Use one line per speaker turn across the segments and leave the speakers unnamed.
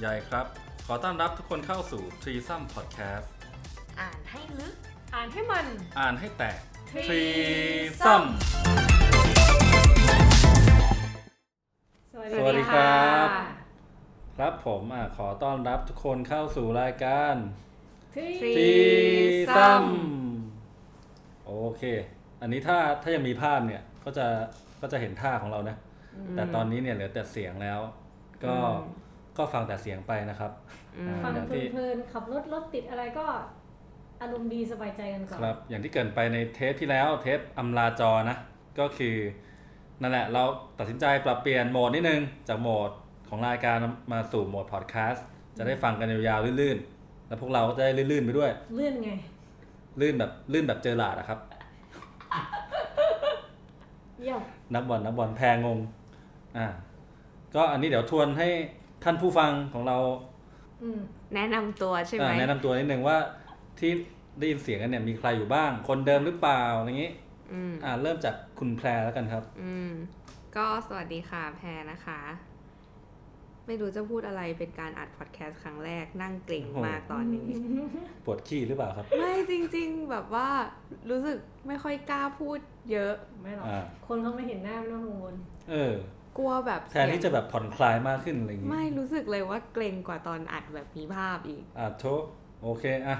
ใหญ่ครับ ขอต้อนรับทุกคนเข้าสู่ t r e e s o m Podcast
อ่านให้ลึก
อ่านให้มัน
อ่านให้แตก
Threesome
สวัสดีครับ ครับผมอ่ะขอต้อนรับทุกคนเข้าสู่รายการ
ที
Threesome
Threesome
โอเค อันนี้ถ้าถ้ายังมีภาพเนี่ย ก็จะก็จะเห็นท่าของเรานะ แต่ตอนนี้เนี่ยเหลือแต่เสียงแล้ว ก็
อืม
ก็ฟังแต่เสียงไปนะครับ
อืม
ฟัง
อ่า
เพลินๆขับรถรถติดอะไรก็ อารมณ์ดีสบายใจกันก่อน
ครับ อย่างที่เกรินไปในเทปที่แล้วเทปอำลาจอนะ ก็คือนั่นแหละเราตัดสินใจปรับเปลี่ยนโหมดนิดนึง จากโหมดของรายการมาสู่โหมดพอดแคสต์จะได้ฟังกันยาวๆลื่นๆ แล้วพวกเราก็จะได้ลื่นๆไปด้วย
เลื่อนไง
ลื่นแบบลื่นแบบเจอหลาดอะครับ
เยี่ยม
นักบอลนักบอลแพงงอ่าก็อันนี้เดี๋ยวทวนให้ท่านผู้ฟังของเรา
อืม
แนะนำตัวใช่ไหม
อ่าแนะนำตัวนิดนึงว่าที่ได้ยินเสียงกันเนี่ยมีใครอยู่บ้าง คนเดิมหรือเปล่าอะไรอย่างนี้
อืม
อ่าเริ่มจากคุณแพรแล้วกันครับ
อืม ก็สวัสดีค่ะแพรนะคะ ไม่รู้จะพูดอะไรเป็นการอัดพอดแคสต์ครั้งแรกนั่งเกร็งมากตอนนี้
ปวดขี้หรือเปล่าครับ
ไม่จริงๆ แบบว่ารู้สึกไม่ค่อยกล้าพูดเยอะ
ไม่หรอก
อ่า
คนเขาไม่เห็นหน้าไม่ต้องกังวล
เออ
กลัวแบบ
แท
เสีย
น
ง
ที่จะแบบผ่อนคลายมากขึ้นอะไรอย่างงี้
ไม่รู้สึกเลยว่าเกรงกว่าตอนอัดแบบมีภาพอีก
อ่าโทษโอเค อ่ะ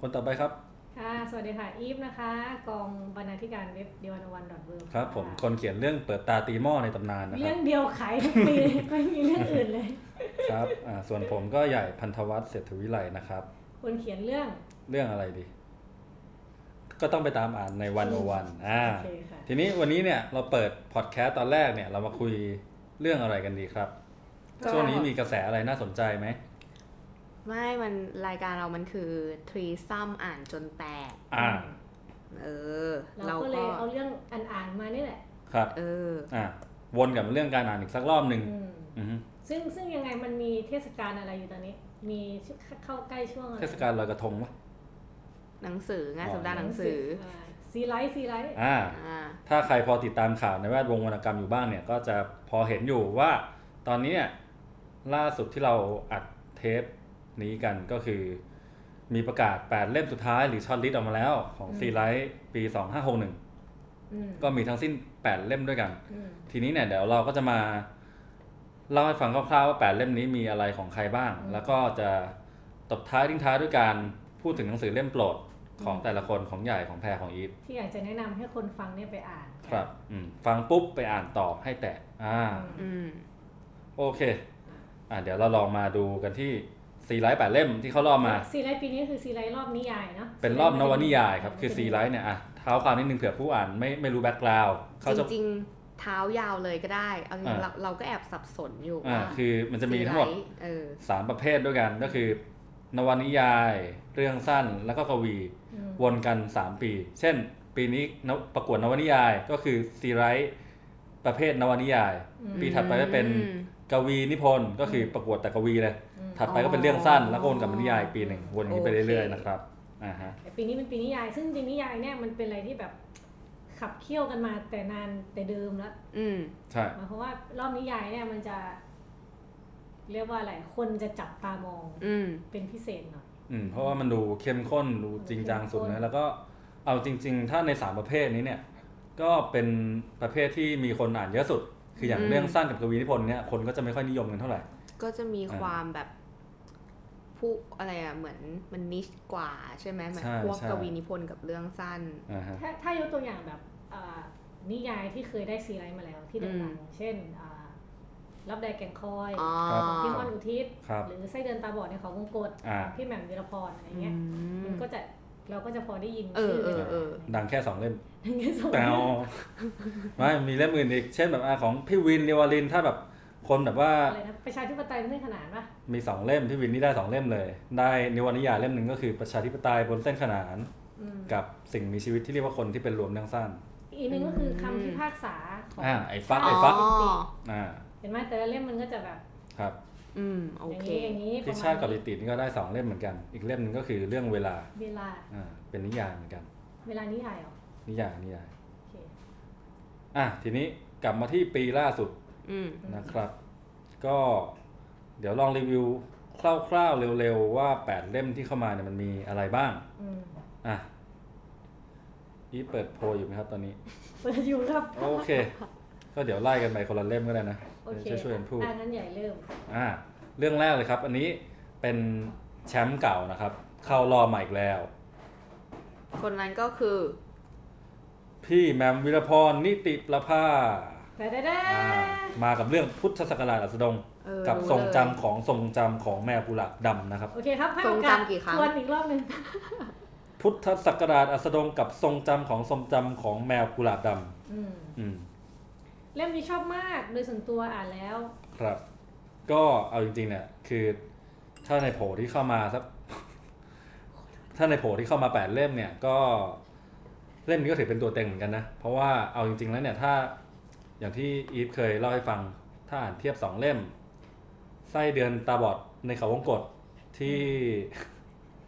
คนต่อไปครับ
ค่ะ สวัสดีค่ะ อีฟนะคะ กองบรรณาธิการเว็บเดียวันวันดอทเวิ
ครับ ผมคนเขียนเรื่องเปิดตาตีหม้อในตำนานนะค
เรื่
รั
อบ งเดียวขายทุกปี ไม่มีเรื่องอื่นเลย
ครับอ่าส่วนผมก็ใหญ่พันธวัฒน์เศรษฐวิไลนะครับ
คนเขียนเรื่อง
เรื่องอะไรดี ก็ต้องไปตามอ่านในวันโอวันอ่า
โอเคค่ะ
ทีนี้วันนี้เนี่ยเราเปิดพอดแคสต์ตอนแรกเนี่ย เรามาคุยเรื่องอะไรกันดีครับ
ก็
ช่วงนี้มีกระแสอะไรน่าสนใจไหม
ไม่มันรายการเรามันคือทรีซัมอ่านจนแตก
อ่า
เออ
เราก็เลยเอาเรื่องอ่านๆมานี่แหละ
ครับ
เออ
อ่าวนกลับมาเรื่องการอ่านอีกสักรอบหนึ่ง
อืม
อือฮึ
ซึ่งซึ่งยังไงมันมีเทศกาลอะไรอยู่ตอนนี้ มีเข้าใกล้ช่วงอะไร
เทศกาลลอยกระทงปะ
หนังสือไงาน
อ๋อ
สัปดาห์หนังสือ
อ่าซีไลท์ซีไลท์
อ่า
อ่า
ถ้าใครพอติดตามข่าวในแวดวงวรรณกรรมอยู่บ้างเนี่ย ก็จะพอเห็นอยู่ว่า ตอนนี้เนี่ยล่าสุดที่เราอัดเทปนี้กันก็คือ มีประกาศ 8 เล่มสุดท้ายหรือช็อตลิสต์ออกมาแล้วของซีไลท์ปี 2561
อืม
ก็มีทั้งสิ้น 8 เล่มด้วยกัน
อืม
ทีนี้เนี่ยเดี๋ยวเราก็จะมาเล่าให้ฟังคร่าวๆว่า 8 เล่มนี้มีอะไรของใครบ้าง แล้วก็จะตบท้ายทิ้งท้ายด้วยการพูดถึงหนังสือเล่มโปรดของแต่ละคนของใหญ่ของแพรของอีฟ
ที่อยากจะแนะนำให้คนฟังเนี่ยไปอ่านกัน
ครับอืมฟังปุ๊บไปอ่านต่อให้แตะอ่า
อืม
อืม
โอเค อ่าเดี๋ยวเราลองมาดูกันที่ซีไลท์แปดเล่มที่เขารอบมา
ซีไลท์ปีนี้คือซีไลท์รอบนิยายเนาะ
เป็นรอบนวนิยายครับ คือซีไลท์เนี่ยอ่ะเท้าความนิดนึงเผื่อผู้อ่านไม่ไม่รู้แบ็กกราวด์เขา
จ
จะ
ริงๆ เท้ายาวเลยก็ได้ เอาจริ
อ่า
งๆเราเราก็แอบสับสนอยู่
อ่าคือมันจะมีทั้งหมด
ซีไลท์เออ
3 ประเภทด้วยกันก็คือ นวนิยาย เรื่องสั้นแล้วก็กวี
อืม
วนกัน 3 ปี เช่น ปีนี้นวประกวดนวนิยายก็คือซีไรท์ประเภทนวนิยาย
อืม
ปีถัดไปก็เป็น
อืม
กวีนิพนธ์ก็คือประกวดแต่กวีเลย
อืม
ถัดไปก็เป็นเรื่องสั้นแล้วก็วนกลับมานิยายอีกปีหนึ่งวนอย่างนี้ไปเรื่อยๆนะครับอ่าฮะ
แต่ปีนี้เป็นปีนิยาย ซึ่งจริงนิยายเนี่ยมันเป็นอะไรที่แบบขับเคี่ยวกันมาแต่นานแต่เดิมแล้ว
อืม
ใช่
หมายความว่ารอบนิยายเนี่ยมันจะ เรียกว่าอะไรคนจะจับตามอง
อืม
เป็นพิเศษหน่อย
อืมเพราะว่ามันดูเข้มข้นดูจริงจังสุดนะแล้วก็เอาจริง ๆ ถ้าในสามประเภทนี้เนี่ย ก็เป็นประเภทที่มีคนอ่านเยอะสุด คืออย่าง
อืม
เรื่องสั้นกับกวีนิพนธ์เนี่ยคนก็จะไม่ค่อยนิยมกันเท่าไหร่
ก็จะมี
อ่า
ความแบบ ผู้อะไรอะเหมือนมันนิชกว่าใช่ไหมเหมือน
ใช่
พวก
ใช่
กวีนิพนธ์กับเรื่องสั้น
อ่าฮะ
ถ้าถ้ายกตัวอย่างแบบอ่านิยายที่เคยได้ซีไรต์มาแล้วที่
อื
ดั
ม
งๆเช่นอ่ารับแดแก่งคอย
อ๋อ
พี่มอนอุทิศ
ครับ
หรือไส้เดือนตาบอดในเขาวงกต
อ่า
พี่แหม่มวีรพรอะไรเงี้ยมันก็จะเราก็จะพอได้ยิน
เออ
ชื่
เออเออ
ดังแค่สองเล่ม
อย่างเงี้ยสมม
แต่
ติ
เอาไม่มีเล่มอื่นอีก เช่นแบบอ่ะของพี่วินเรวาลินถ้าแบบคนแบบว่า
อะไรนะประชาธิปไตยไม่ใช่ขนาดปะ
มีสองเล่มพี่วินนี่ได้สองเล่มเลย ได้นิวรรณนิยายเล่มหนึ่งก็คือประชาธิปไตยบนเส้นขนาน
อืม
กับสิ่งมีชีวิตที่เรียกว่าคนที่เป็นรวมทั้งสั้น
อีกหนึ่งก็คือคำพิพากษาของ
อ่าไอ้ฟัก
อ๋
ไอ้ฟัก
อ
อ่า
เห็นไหมแต่ละเล่มมันก็จะแบบ
ครับ
อืม โอ
อย่าง
เค
นี้อย่างนี้ป
ที่
ระมา
ชาติ
ณ
กับลิตินี่ก็ได้สองเล่มเหมือนกัน อีกเล่มหนึ่งก็คือเรื่องเวลา
เวลา
อ่าเป็นนิยายเหมือนกัน
เวลานิยายเหรอ
นิยายนิยาย
โอเค
อ่ะทีนี้กลับมาที่ปีล่าสุด
อืม
นะครับ ก็เดี๋ยวลองรีวิว คร่าวๆเร็วๆว่าแปดเล่มที่เข้ามาเนี่ยมันมีอะไรบ้าง
อืม
อ่ะอีเปิดโพลอยู่ไหมครับตอนนี้
เปิดอยู่ครับ
โอเค ก็เดี๋ยวไล่กันไปคนละเล่มก็ได้นะ
โอเค
เดี๋ยวช่วยๆกันพูด
อ่ะงั้นใหญ่เริ่ม
อ่าเรื่องแรกเลยครับ อันนี้เป็นแชมป์เก่านะครับ เข้ารอบมาอีกแล้ว
คนนั้นก็คือ
พี่แมมวิรพรนิติประภา
แต่ได้ได้
อ่ามากับเรื่องพุทธศักราชอัสดง
เออ
กับ
รู้
ทรงจำ
เลย
ของทรงจำของแมวกุหลาบดำนะครับ
โอเคครับให้
ทร
โอง กาส
จำกี่ครั้ง
ทวนอีกรอบหนึ่ง
พุทธศักราชอัสดงกับทรงจำของทรงจำของแมวกุหลาบดำ
อืม
อืม
เล่มนี้ชอบมากโดยส่วนตัวอ่านแล้ว
ครับ ก็เอาจริงๆเนี่ยคือถ้าในโผที่เข้ามาสัก ถ้าในโผที่เข้ามาแปดเล่มเนี่ยก็เล่มนี้ก็ถือเป็นตัวเต็งเหมือนกันนะ เพราะว่าเอาจริงๆแล้วเนี่ยถ้าอย่างที่อีฟเคยเล่าให้ฟัง ถ้าอ่านเทียบสองเล่ม ไส้เดือนตาบอดในเขาวงกฏที่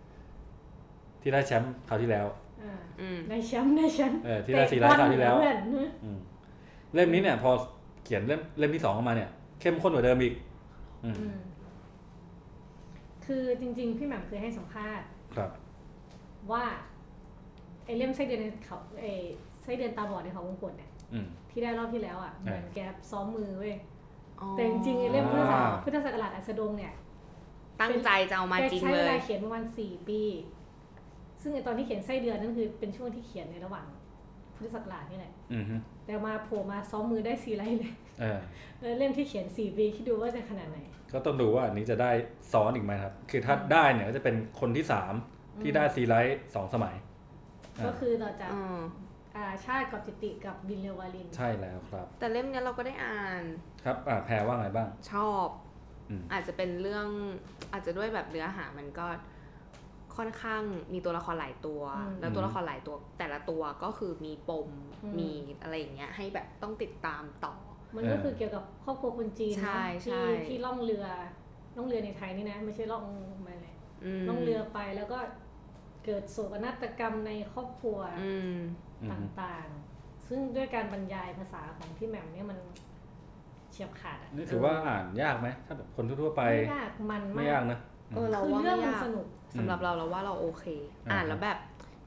ที่ได้แชมป์คราวที่แล้ว
อ่า
อืม
ได้แชมป์ ได้แชมป์
เออที่ได้สีร้ายคราวที่แล้ว
เตะบอเหมือนเพื่อน
อืมเล่มนี้เนี่ย พอเขียนเล่มเล่มที่สองออกมาเนี่ย เข้มข้นกว่าเดิมอีก อืม
อืมคือจริง ๆ พี่แหม่มเคยให้สัมภาษณ์
ครับ
ว่าไอเล่มไส้เดือนในเขาไอไส้เดือนตาบอดในเขาวงกฏเนี่ย
อืม
ที่ได้รอบที่แล้วอ่ะเหมือนแกซ้อมมือเว้ย
อ๋อ
แต่จริงๆไอเล่มพุทธศัก
อ่า
ราชพุทธศักราชอัสดงเนี่ย
ตั้งใจจะเอามา
แก
จริง
ใช้
เล
เวย ลาเขียนประมาณสี่ปี ซึ่งไอตอนที่เขียนไส้เดือนนั่นคือเป็นช่วงที่เขียนในระหว่างพุทธศักราชนี่แหละ
อืมฮึ
แต่มาโผล่มาซ้อมมือได้ซีไรเลย
เออ
เออเล่มที่เขียนสี่ปีคิดดูว่าจะขนาดไหน
ก็ต้องดูว่าอันนี้จะได้ซ้อนอีกไหมครับ คือถ้าได้เนี่ยก็จะเป็นคนที่สาม
อืม
ที่ได้ซีไรท์สองสมัย
ก็
า
คือต่อจาก
อืม
อ่าชาติกับจิตติกับบินเลวาลิน
ใช่แล้วครับ
แต่เล่มเนี้ยเราก็ได้อ่าน
ครับอ่าแพรว่าไงบ้าง
ชอบ
อืม
อาจจะเป็นเรื่องอาจจะด้วยแบบเนื้อหามันก็ค่อนข้างมีตัวละครหลายตัว
อืม
แล้วตัวละครหลายตัว แต่ละตัวก็คือมีปม
อืม
มีอะไรอย่างเงี้ยให้แบบต้องติดตามต่อ
มันก็คือเกี่ยวกับครอบครัวคนจีน
ใช่
เนาะ
ใช่
ที่ที่ล่องเรือล่องเรือในไทยนี่นะ ไม่ใช่ล่องมาเลย
อืม
ล่องเรือไปแล้วก็เกิดโศกนาฏกรรมในครอบครัว
อืม
อืมฮึ
ต่างๆ ซึ่งด้วยการบรรยายภาษาของพี่แหม่มเนี่ยมันเฉียบขาดอะ
นี่ถือว่าอ่านยากไหม ถ้าแบบคนทั่วๆไป
ไม่ยากมันมาย
ไม่าก กนะ
เออเรา
คือ
ว่า
เรื่
ไม่
องมั
ยาน ก
สนุก
สำหรับเราเราว่าเราโอเค อ่านแล้วแบบ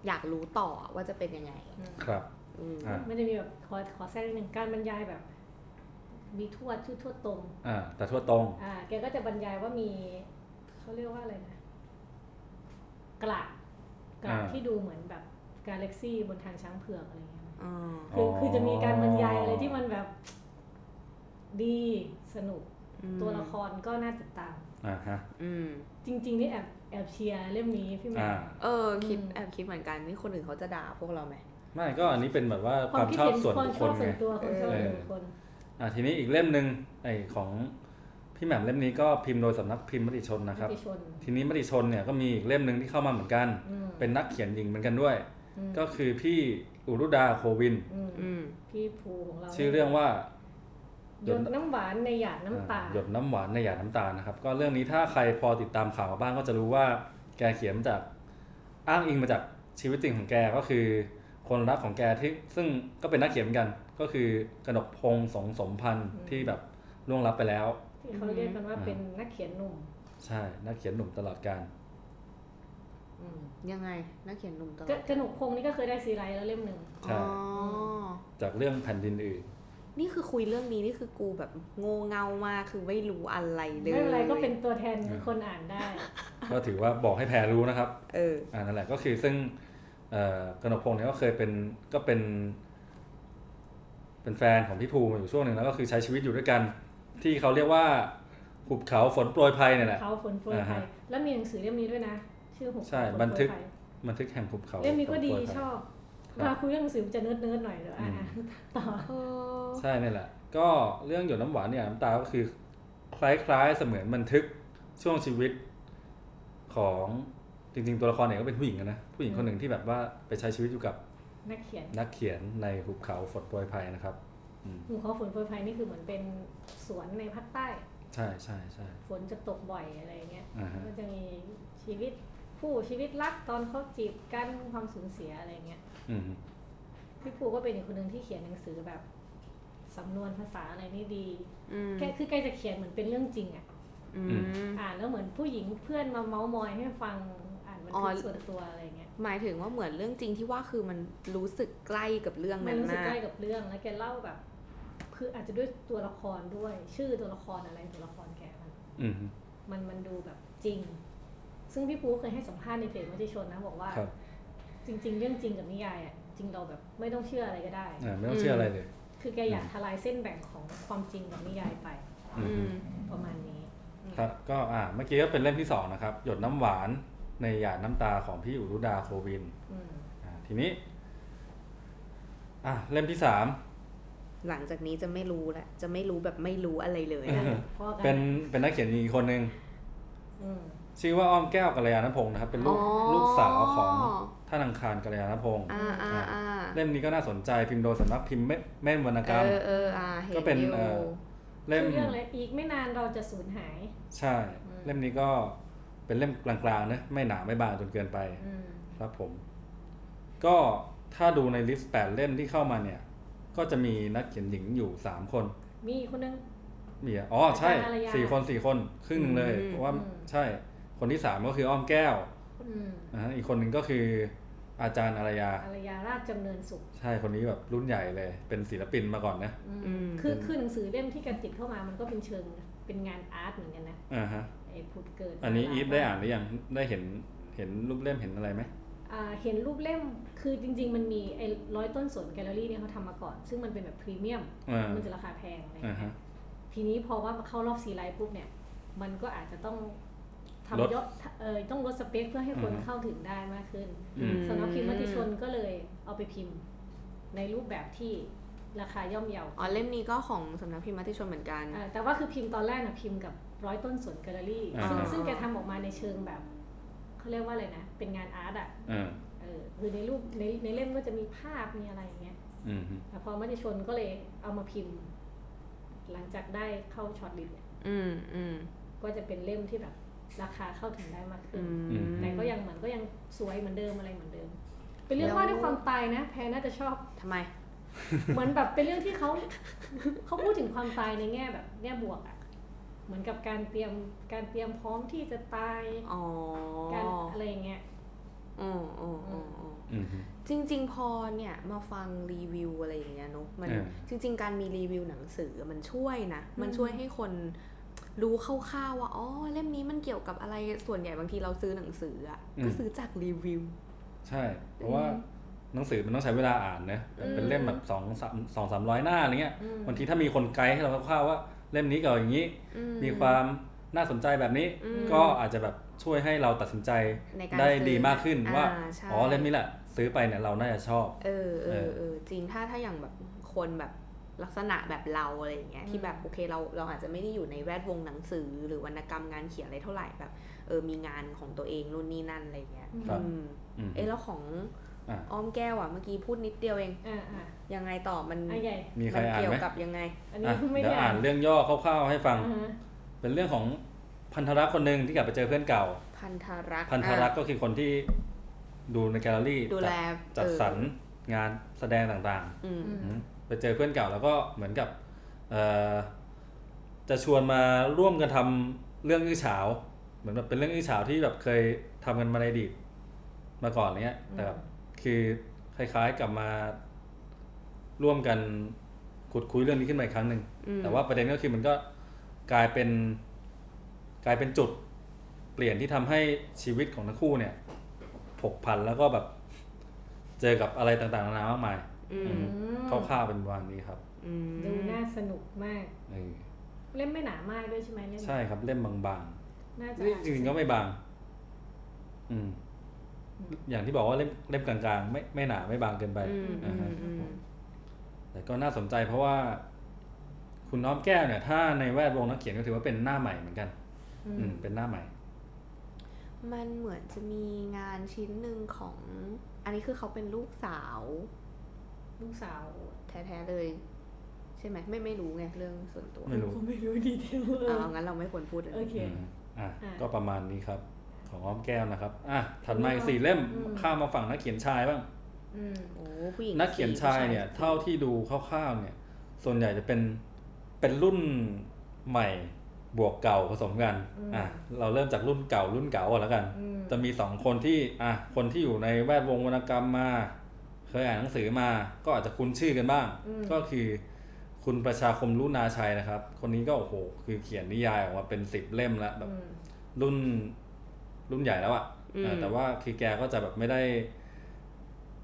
อยากรู้ต่อว่าจะเป็นยังไง
อืม
ครับ
อืม
อ่ะ
มันจะมีแบบขอขอแทรกนิดนึงการบรรยายแบบ มีทวดชื่อทวดตรง
อ่า แต่ทั่วตรง
อ่าแกก็จะบรรยายว่ามีเขาเรียกว่าอะไรนะกระกระ
อ่า
ที่ดูเหมือนแบบกาแล็กซี่บนทางช้างเผือกอะไรเงี้ย
อ่า
คืออ
อ
คือจะมีการบรรยายอะไรที่มันแบบดีสนุก
อืม
ตัวละครก็น่าติดตาม
อ่าฮะ
อืม
จริง ๆ นี่แอบแอบเชียร์เล่มนี้พี่แม่
อ่า
เออคิดแอบคิดเหมือนกันนี่คนอื่นเขาจะด่าพวกเราไหม
ไม่ก็อันนี้เป็นแบบว่าค
คา
วา
ว
ม มชอ
คิด
บ
เห็น
ส่วน
ความ
บุคค
ชอ
ล
บส่ว
ไง
นตัวความชอบ
เออ
ส่วนบุคคล
อ่าทีนี้อีกเล่มหนึ่งไอของพี่แหม่มเล่มนี้ก็พิมพ์โดยสำนักพิมพ์มติชนนะครับ
มติชน
ทีนี้มติชนเนี่ยก็มีอีกเล่มหนึ่งที่เข้ามาเหมือนกัน
อืม
เป็นนักเขียนหญิงเหมือนกันด้วย
อืม
ก็คือพี่อุรุดาโควิน
อืม
อืม
พี่ภูของเรา
ชื่อเรื่องว่า
หยดน้ำหวานในหยาดน้ำตา
หยดน้ำหวานในหยาดน้ำตาลนะครับ ก็เรื่องนี้ถ้าใครพอติดตามข่าวมาบ้างก็จะรู้ว่าแกเขียนมาจากอ้างอิงมาจากชีวิตจริงของแกก็คือ คนรักของแกที่ซึ่งก็เป็นนักเขียนเหมือนกัน ก็คือกนกพงศ์สงสมพันธ์
อืม
ที่แบบล่วงลับไปแล้ว
ที่เขาเรียกกันว่าเป็นนักเขียนหนุ่ม
ใช่นักเขียนหนุ่มตลอดการ
อืม
ยังไงนักเขียนหนุ่มตลอด
กกนกพงศ์นี่ก็เคยได้ซีไรต์แล้วเล่มหนึ่ง
ใช่
อ๋อ
จากเรื่องแผ่นดินอื่น
นี่คือคุยเรื่องนี้นี่คือกูแบบโง่เง่ามากคือไม่รู้อะไรเล
ไม่
ย
เป็นไรก็เป็นตัวแทน
อืม
คนอ่านได้
ก็ถือว่าบอกให้แพรรู้นะครับ
เออ
อ่านั่นแหละก็คือซึ่งเอ่อกนกพงศ์เนี่ยก็เคยเป็นก็เป็น เป็นแฟนของพี่ภูมาอยู่ช่วงหนึ่งแล้วก็คือใช้ชีวิตอยู่ด้วยกัน ที่เขาเรียกว่าหุบเขาฝนโปรยไพรเนี่ยแหละ
เขาฝนโปรย
อ่า
ไท
ฮะ
ยแล้วมีหนังสือเล่มนี้ด้วยนะ ชื่อหุบเขา
ใช่
ฝโปรยไทย
บันทึก บันทึกแห่งหุบเขา
เล่มนี้ก็ดี
ฝนโปรยไพร
ชอบ
ครับ
มาคุยเรื่องหนังสือมันจะเนิร์ดเนิร์ดๆหน่อยเดี๋ยวอ่าน
อืม
ต่อ
ใช่นี่นแหละ ก็เรื่องหยดน้ำหวานเนี่ยน้ำตาก็คือ คล้ายๆเสมือนบันทึกช่วงชีวิตของจริงๆ ตัวละครเนี่ยก็เป็นผู้หญิงอะนะผู้หญิงคนหนึ่งที่แบบว่าไปใช้ชีวิตอยู่กับ
นักเขียน
นักเขียนในหุบเขาฝนโปรยไพรนะครับอืม
หุบเขาฝนโปรยไทยนี่คือเหมือนเป็นสวนในภาคใต้
ใช่ใช่ใช่
ฝนจะตกบ่อยอะไรอย่างเงี้ย
อ่าฮะ
ก็จะมีชีวิตคู่ชีวิตรักตอนเขาจีบกันความสูญเสียอะไรอย่างเงี้ย
อืม
พี่ภูก็เป็นอีกคนหนึ่งที่เขียนหนังสือแบบสำนวนภาษาอะไรนี่ดี
อืม
แกคือแกจะเขียนเหมือนเป็นเรื่องจริงอะ
อื
อื
ม
อ่านแล้วเหมือนผู้หญิงเพื่อนมาเมาส์มอยให้ฟังอ่านบัน
อ๋
ทึ
อ
กส่วนตัวอะไรเงี้ย
หมายถึงว่าเหมือนเรื่องจริงที่ว่าคือมันรู้สึกใกล้กับเรื่อง
มั
นั้น น
รู้สึก
มา
ใก
ก
ล้กับเรื่องแล้วแกเล่าแบบ คืออาจจะด้วยตัวละครด้วย ชื่อตัวละครอะไรตัวละครแกมัน
อืม
มันมันดูแบบจริง ซึ่งพี่ปูเคยให้สัมภาษณ์ในเพจวัชิชนนะบอกว่า
ครับ
จริง ๆ เรื่องจริงกับนิยายอ่ะจริงเราแบบไม่ต้องเชื่ออะไรก็ได้
อ่าไม่ต้องเชื่ออะไรเลย
คือแกอยากทลายเส้นแบ่งของความจริงกับนิยายไป
อื
อื
ม
ม
ประมาณนี้
ครับก็อ่าเมื่อกี้ก็เป็นเล่มที่สองนะครับ หยดน้ำหวานในหยาดน้ำตาของพี่อุรุดาโควิน
อื ม
อ่าทีนี้ อ่ะเล่มที่สาม
หลังจากนี้จะไม่รู้ละจะไม่รู้แบบไม่รู้อะไรเลยอะ
พ่อกั
เป็นเป็นนักเขียนหญิงอีกคนหนึ่ง
อืม
ชื่อว่าอ้อมแก้วกัลยาณพงศ์นะครับ เป็นลูก
อ๋อ
ลูกสาวของท่านอังคารกัลยาณพงศ์
อ่าอ่าอ่า
เล่มนี้ก็น่าสนใจพิมพ์โดยสำนักพิมพ์เม่เม่นวรรณกรรม
เออเอออ่าเห็น
ก็เป็น
อยู่
เอ่อ
เรื่
เล่ม
องอะไรอีกไม่นานเราจะสูญหาย
ใช่
อืม
เล่มนี้ก็เป็นเล่มกลางๆนะไม่หนาไม่บางจนเกินไป
อืม
ครับผม ก็ถ้าดูในลิสต์แปดเล่มที่เข้ามาเนี่ย ก็จะมีนักเขียนหญิงอยู่สามคน
มีคนนึง
มีอะอ๋อใช่
อาจารย์อารยา
สี่คนสี่คนครึ่งหนึ่งเลย
อืม
เพราะว่า
อืม
ใช่คนที่สามก็คืออ้อมแก้ว
อืม
นะฮะอีกคนหนึ่งก็คืออาจารย์อารยา
อารยาราชจำเนินสุข
ใช่คนนี้แบบรุ่นใหญ่เลย เป็นศิลปินมาก่อนนะ
อืม
อืม
คือคือหนังสือเล่มที่กันติดเข้ามามันก็เป็นเชิงเป็นงานอาร์ตเหมือนกันนะ
อ่าฮะ
ไอ้พูดเกิด
อันนี้
า
อีฟได้อ่านหรือยังได้เห็นเห็นรูปเล่มเห็นอะไรไหม
อ่าเห็นรูปเล่มคือจริง ๆ มันมีไอ้ร้อยต้นสนแกลเลอรี่เนี่ยเขาทำมาก่อน ซึ่งมันเป็นแบบพรีเมียม
อ่า
มันจะราคาแพงอะไร
อ่า
เงี้ย
ฮะ
ทีนี้พอว่ามาเข้ารอบซีไลท์ปุ๊บเนี่ย มันก็อาจจะต้อง
ลด
ทำยอดเออต้องลดสเปคเพื่อให้คน
อือฮึ
เข้าถึงได้มากขึ้น
อืม
สำนักพิมพ์มติชนก็เลยเอาไปพิมพ์ ในรูปแบบที่ราคาย่อมเยา
อ๋อเล่มนี้ก็ของสำนักพิมพ์มติชนเหมือนกัน
อ่าแต่ว่าคือพิมพ์ตอนแรกนะพิมพ์กับร้อยต้นสวนแกลเลอรี่ ซึ่ง
อ่า
ซึ่งแกทำออกมาในเชิงแบบเขาเรียกว่าอะไรนะ เป็นงานอาร์ตอ่ะ
อ่า
เออคือในรูปในในเล่มก็จะมีภาพมีอะไรอย่างเงี้ย
อืม
แต่พอมติชนก็เลยเอามาพิมพ์ หลังจากได้เข้าช็อตลิสต์
อืมอืม
ก็จะเป็นเล่มที่แบบราคาเข้าถึงได้มากขึ้
อื
น
ม
แต่ก็ยังเหมือนก็ยังสวยเหมือนเดิมอะไรเหมือนเดิม เป็นเรื่องว่าด้วยความตายนะ แพรน่าจะชอบ
ทำไม
เหมือนแบบเป็นเรื่องที่เขา เขาพูดถึงความตายในแง่แบบแง่บวกอะเหมือนกับการเตรียมการเตรียมพร้อมที่จะตาย
อ๋อ
การอะไรอย่างเงี้ย
อืมอืมอืมอืม
อืม
จริง ๆ พอเนี่ยมาฟังรีวิวอะไรอย่างเงี้ยเนอะมัน
เออ
จริง ๆ การมีรีวิวหนังสือมันช่วยนะ
อืม
มันช่วยให้คนรู้คร่าวๆว่าอ๋อเล่มนี้มันเกี่ยวกับอะไรส่วนใหญ่บางทีเราซื้อหนังสืออ่ะก็ซื้อจากรีวิว
ใช่ เพราะว่าหนังสือมันต้องใช้เวลาอ่านนะแบบเป็นเล่มแบบสองสามสองสามร้อยหน้าอะไรเงี้ย
อืม
บางทีถ้ามีคนไกด์ให้เราคร่าวๆว่าเล่มนี้เกี่ยวอย่างนี้
อื
มีความน่าสนใจแบบนี้
อืม
ก็อาจจะแบบช่วยให้เราตัดสินใจ
ในการ
ได้
ซื้อ
ดีมากขึ้นว่า
อ่ใช่
อ๋อเล่มนี้แหละ ซื้อไปเนี่ยเราน่าจะชอบ
เออเอ
เอ
อ
อ
เออจริงถ้าถ้าอย่างแบบคนแบบลักษณะแบบเราอะไรอย่างเงี้ยที่แบบโอเคเราเราอาจจะไม่ได้อยู่ในแวดวงหนังสือ หรือวรรณกรรมงานเขียนอะไรเท่าไหร่แบบเออมีงานของตัวเองนู่นนี่นั่นอะไรอย่างเงี้ย
อืม
ครับ
อืม
อืม
เออแล้วของ
อ่ะ
อ้อมแก้วอ่ะเมื่อกี้พูดนิดเดียวเอง
อ่าอ่า
ยังไงต่อมัน
อ่ะใหญ่
มีใครอ่าน
เกี่ย
ไห
ว
ม
กับยังไง
อันนี้
อ่ะ
ไม่
เดี๋ย
ได้
วอ่านเรื่องย่อคร่าวๆให้ฟัง
อ่าฮะ
เป็นเรื่องของพันธรักษ์คนหนึ่งที่กลับไปเจอเพื่อนเก่า
พันธรักษ์
พันธรักษ์
อ่ะ
ก็คือคนที่ดูในแกลเลอรี่
ดูแล
จัดจัดสรร
เออง
านแสดงต่าง
อืม
อืม
ๆอืมไปเจอเพื่อนเก่าแล้วก็เหมือนกับเอ่อจะชวนมาร่วมกันทำเรื่องอื้อฉาว เหมือนแบบเป็นเรื่องอื้อฉาวที่แบบเคยทำกันมาในอดีตมาก่อนเนี้ย แต่แบบคือคล้ายๆกลับมาร่วมกันขุดคุยเรื่องนี้ขึ้นมาอีกครั้งหนึ่ง
อืม
แต่ว่าประเด็นก็คือมันก็กลายเป็นกลายเป็นจุดเปลี่ยนที่ทำให้ชีวิตของทั้งคู่เนี่ยผกผันแล้วก็แบบเจอกับอะไรต่างๆนานามากมาย
อืม
อืม
คร่าวๆเป็นวันนี้ครับ
อืม
ดูน่าสนุกมาก
เออ
เล่มไม่หนามากด้วยใช่ไหมเล่ม
ใช่ครับเล่มบาง
น่าจะ
ๆนี่จริงๆก็ไม่บาง อืม อย่างที่บอกว่าเล่มเล่มกลางๆ ไม่ไม่หนาไม่บางเกินไป
อืมอืมอืม
แต่ก็น่าสนใจเพราะว่า คุณน้อมแก้วเนี่ย ถ้าในแวดวงนักเขียนก็ถือว่าเป็นหน้าใหม่เหมือนกัน
อื
อื
ม
ม เป็นหน้าใหม่
มันเหมือนจะมีงานชิ้นหนึ่งของ อันนี้คือเขาเป็นลูกสาว
ลูกสาว
แท้ๆเลย ใช่ไหมไม่ไม่รู้ไงเรื่องส่วนตัว
ไม่รู้
ผมไม่รู้ดีเทลเออ
เอางั้นเราไม่ควรพูดเลย
โอเค
อืมอ่ะ
อ่ะ
ก็ประมาณนี้ครับ ของอ้อมแก้วนะครับอ่ะถัดมาอี
อื
ก
ม
สี่เล่ม
อืม
ข้ามมาฝั่งนักเขียนชายบ้าง
อืม
โอ้ผู้หญิง
นักเขียนชายเนี่ย เท่าที่ดูคร่าวๆเนี่ย ส่วนใหญ่จะเป็นเป็นรุ่นใหม่ บวกเก่าผสมกัน
อืม
อ่ะเราเริ่มจากรุ่นเก่ารุ่นเก่าก่อนแล้วกัน
อืม
จะมีสองคนที่อ่ะคนที่อยู่ในแวดวงวรรณกรรมมา เคยอ่านหนังสือมา ก็อาจจะคุ้นชื่อกันบ้าง
อืม
ก็คือคุณประชาคมรุนาชัยนะครับ คนนี้ก็โอ้โหคือเขียนนิยายออกมาเป็นสิบเล่มแล้วแบบ
อืม
รุ่นรุ่นใหญ่แล้วอะ
อืม
่ะแต่ว่าคือแกก็จะแบบไม่ได้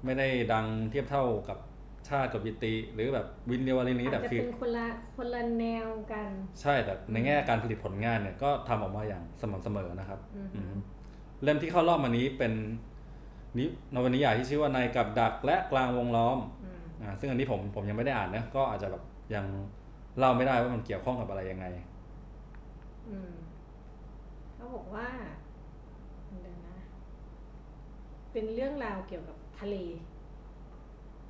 ไม่ได้ดังเทียบเท่ากับชาติกับยิติ หรือแบบวินเดียวอะไรนี้
อาจ
แต่
จะ
คือ
เป็นคนละคนละแนวกัน
ใช่แต่ในแง่การผลิตผลงานเนี่ยก็ทำออกมาอย่างสม่ำเสมอนะครับ
อืม
อืมเล่มที่เข้ารอบมานี้เป็นนินวนิยายที่ชื่อว่านายกับดักและกลางวงล้อม
อืม
อ่าซึ่งอันนี้ผมผมยังไม่ได้อ่านนะก็อาจจะแบบยังเล่าไม่ได้ว่ามันเกี่ยวข้องกับอะไรยังไง
อืมเขาบอกว่าเดี๋ยวนะ เป็นเรื่องราวเกี่ยวกับทะเล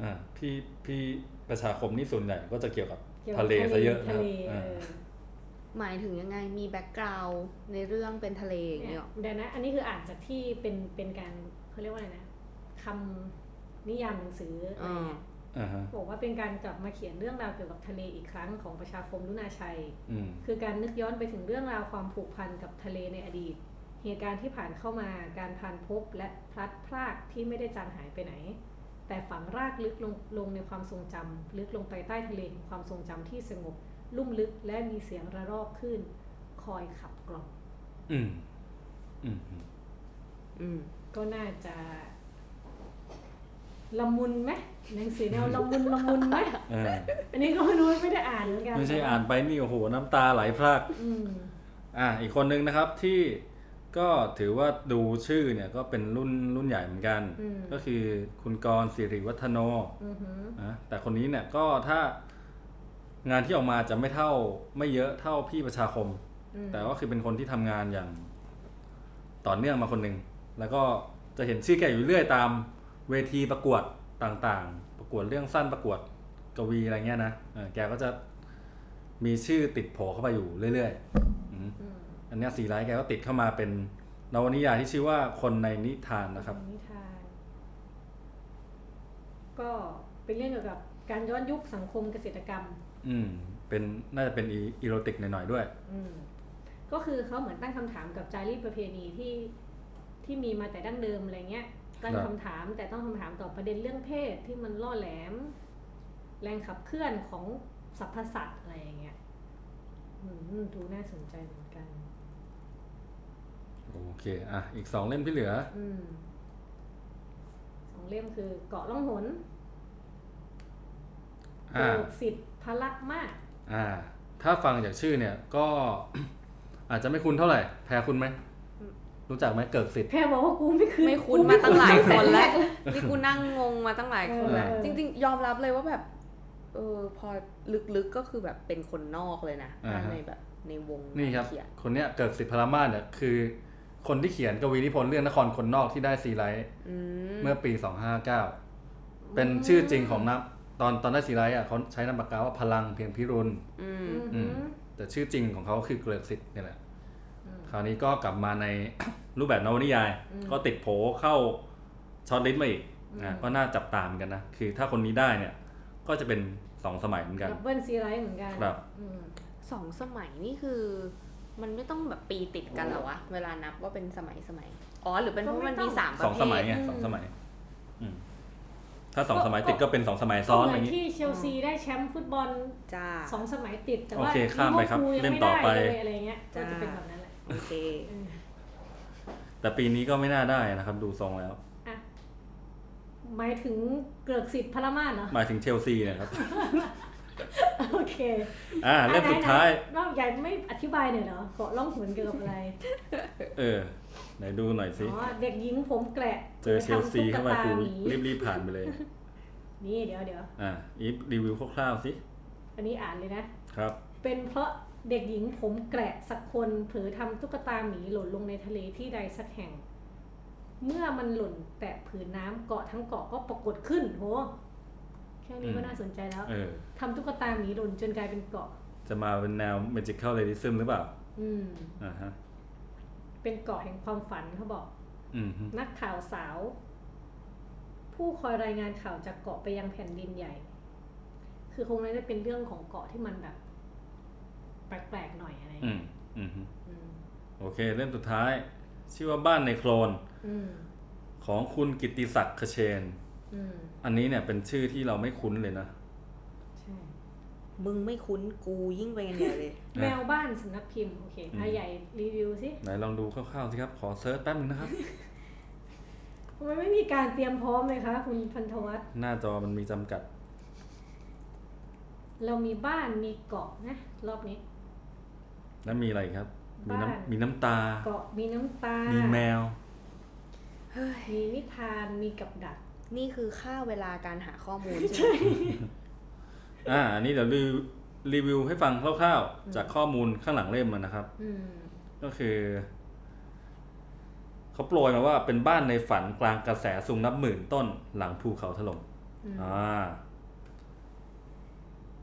อ่าพี่พี่ประชาคมนี่ส่วนใหญ่ก็จะเกี่ยวกับ
กี่ยวกับ
ทะเลซะเยอะนะ
ทะ
ครับ
เล
อ่า
หมายถึงยังไงมีแบ็กกราวในเรื่องเป็นทะเลอ
เออย่าง
เงี้ยหรอ
เดี๋ยวนะ อันนี้คืออ่านจากที่เป็นเป็นการเขาเรียกว่าอะไรนะคำนิยามหนังสืออะไร
อ่า
เงี้ย
อ่าฮะ
บอกว่าเป็นการกลับมาเขียนเรื่องราวเกี่ยวกับทะเลอีกครั้งของประชาคมลุนาชัย
อืม
คือการนึกย้อนไปถึงเรื่องราวความผูกพันกับทะเลในอดีต เหตุการณ์ที่ผ่านเข้ามาการผ่านพบและพลัดพรากที่ไม่ได้จางหายไปไหน แต่ฝังรากลึกลงลงในความทรงจำลึกลงไปใต้ทะเลของความทรงจำที่สงบ ลุ่มลึกและมีเสียงระรอกขึ้น คอยขับกล่อม
อืมอืมอืม
อืม
ก็น่าจะละมุนไหมหนังสือแนวละมุนละมุนไหม
อ่า
อันนี้ก็ไม่รู้ไม่ได้อ่านเหมือนกัน
ไม่ใช่อ่านไปนี่โอ้โหน้ำตาไหลพราก
อืม
อ่ะอีกคนนึงนะครับที่ก็ถือว่าดูชื่อเนี่ยก็เป็นรุ่นรุ่นใหญ่เหมือนกัน
อืม
ก็คือคุณกรณ์สิริวัฒโน
อือหือ
นะแต่คนนี้เนี่ยก็ถ้างานที่ออกมาจะไม่เท่าไม่เยอะเท่าพี่ประชาคม
อืม
แต่ก็คือเป็นคนที่ทำงานอย่างต่อเนื่องมาคนหนึ่งแล้วก็จะเห็นชื่อแกอยู่เรื่อยตามเวทีประกวดต่างๆ ประกวดเรื่องสั้นประกวดกวีอะไรเงี้ยนะเออแกก็จะมีชื่อติดโผล่เข้าไปอยู่เรื่อยๆอืม
อืม
อันเนี้ยสีไลท์แกก็ติดเข้ามาเป็นนวนิยายที่ชื่อว่าคนในนิทานนะครับ
นิทาน ก็เป็นเรื่องเกี่ยวกับการย้อนยุคสังคมเกษตรกรรม
อืม เป็นน่าจะเป็นอีอีโรติกหน่อยๆด้วย
อืมก็คือเขาเหมือนตั้งคำถามกับจารีตประเพณีที่ที่มีมาแต่ดั้งเดิมอะไรเงี้ย ตั้ง
ครับ
คำถามแต่ต้องคำถามต่อประเด็นเรื่องเพศที่มันล่อแหลม แรงขับเคลื่อนของสรรพสัตว์อะไรอย่างเงี้ยอืมดูน่าสนใจเหมือนกัน
โอเค อ่ะ อีกสองเล่มที่เหลือ
อืมสองเล่มคือเกาะล่องหน
อ่า
ปลูกสิทธิ์พละมาก
อ่า ถ้าฟังจากชื่อเนี่ยก็ อาจจะไม่คุ้นเท่าไหร่ แพรคุณไหม รู้จักไหมเกิกสิทธิ์
แพรบอกว่ากูไม่คืน
ไม่คุ้นมาตั้งหลายคน
แร
แล้
ก
วนี่กูนั่งงงมาตั้งหลายคนแล้ว
เออ
จริง ๆ ยอมรับเลยว่าแบบเออพอลึกๆก็คือแบบเป็นคนนอกเลยนะถ้าในแบบในวง
นี่ครับ
เขียน
คนเนี้ยเกิกสิทธิ์พลามาศเนี่ยคือ คนที่เขียนกวีนิพนธ์เรื่องนครคนนอกที่ได้ซีไลท์
อืม
เมื่อปี 259 เป็นชื่อจริงของนับตอนตอนได้ซีไลท์อ่ะเขาใช้นามปากกาว่าพลังเพียงพิรุณ
อืม
อืม แต่ชื่อจริงของเขาคือเกลือกสิทธิ์เนี่ยแหละ
อืม
คราวนี้ก็กลับมาใน รูปแบบนวนิยาย
อืม
ก็ติดโผเข้าช็อตลิสต์มาอีก
อื
นะ
ม
ก็น่าจับตามกันนะ คือถ้าคนนี้ได้เนี่ย ก็จะเป็นสองสมัยเหมือนกัน
ดับเบิลซีไรส์เหมือนกัน
ครับ
อืม
สองสมัยนี่คือมันไม่ต้องแบบปีติดกันเหรอวะ เวลานับว่าเป็นสมัยสมัยอ๋อหรือเป็นเพราะมันมีสามประ
สอง
เภ
ส
ท
มัยไงสองสมัย อืมถ้าสองสมัยติดก็เป็นสองสมัยซ้อน
ก็
อะ
เห
ไร
มื
อย่าง
อน
นี้
ที่เชลซีได้แชมป์ฟุตบอล
จ้า
สองสมัยติด แต่
โอ
ว่า
เคข้ามไปครับ
ลิวอร์พูลยัง
เล่ม
ไม่
ต่อ
ได้
ไป
เลยอะไรเงี้ยก็
จ้า
จะเป็นแบบนั้นแหละ
โอเค
เออ
แต่ปีนี้ก็ไม่น่าได้นะครับ ดูทรงแล้ว
อ่ะหมายถึงเกลือกสิทธิ์พระมาศเหรอ
หมายถึงเชลซีเนะครับ
โอเค
อ่าเล่มสุดท้าย
อ่ะไหนๆนอกจากไม่อธิบายหน่อยเหรอเกาะล่องหนเกี่ยวกับอะไร
เออ ไหนดูหน่อยสิ
อ๋อเด็กหญิงผมแกละ
เจอเชลซีเข้ามา
ทำ
กู
ตุ๊ตหมี
รีบๆผ่านไปเลย
นี่เดี๋ยวเดี๋ยว
อ่าอีฟรีวิวคร่าวๆสิ
อันนี้อ่านเลยนะ
ครับ
เป็นเพราะเด็กหญิงผมแกละสักคนเผลอทำตุ๊กตาหมีหล่นลงในทะเลที่ใดสักแห่ง เมื่อมันหล่นแตะผืนน้ำเกาะทั้งเกาะก็ปรากฏขึ้นโหแค่นี้ก็
อืม
น่าสนใจแล้ว
เออ
ทำตุ๊กตาหมีหล่นจนกลายเป็นเกาะ
จะมาเป็นแนว magical realism หรือเปล่า
อืม
อ่าฮะ
เป็นเกาะแห่งความฝันเขาบอก
อืมฮึ
นักข่าวสาว ผู้คอยรายงานข่าวจากเกาะไปยังแผ่นดินใหญ่ คือคงน่าจะเป็นเรื่องของเกาะที่มันแบบ แปลกๆหน่อยอะไรอย่าง
อื
เงี้ย
ม อือฮึ
อืม
โอเค เล่มสุดท้าย ชื่อว่าบ้านในโคลน
อืม
ของคุณกิตติศักดิ์คเชน
อืม
อันนี้เนี่ยเป็นชื่อที่เราไม่คุ้นเลยนะ
ใช่
มึงไม่คุ้นกูยิ่งไปกันใหญ่เลย
แมวบ้านสำนักพิมพ์ โอเค
อืม
อาใหญ่รีวิวสิ
ไหนลองดูคร่าวๆสิครับ ขอเซิร์ชแป๊บนึงนะครับ
ทำไมไม่มีการเตรียมพร้อมเลยคะ คุณพันธวัฒน์
หน้าจอมันมีจำกัด
เรามีบ้านมีเกาะนะ รอบนี้
แล้วมีอะไรอีกครับ มี
บ้าน
น้ำมีน้ำตา
เกาะมีน้ำตา
มีแมว
เฮ้ย
มีนิทานมีกับดัก
นี่คือค่าเวลาการหาข้อ มูลใช่
ใช่
ไหม
อ่า อันนี้เดี๋ยวรีวิวรีวิวให้ฟังคร่าวๆ จากข้อมูลข้างหลังเล่มมันนะครับ
อืม
ก็คือ เขาโปรยมาว่าเป็นบ้านในฝันกลางกระแสสูงนับหมื่นต้นหลังภูเขาถล่ม
อืม
อ่า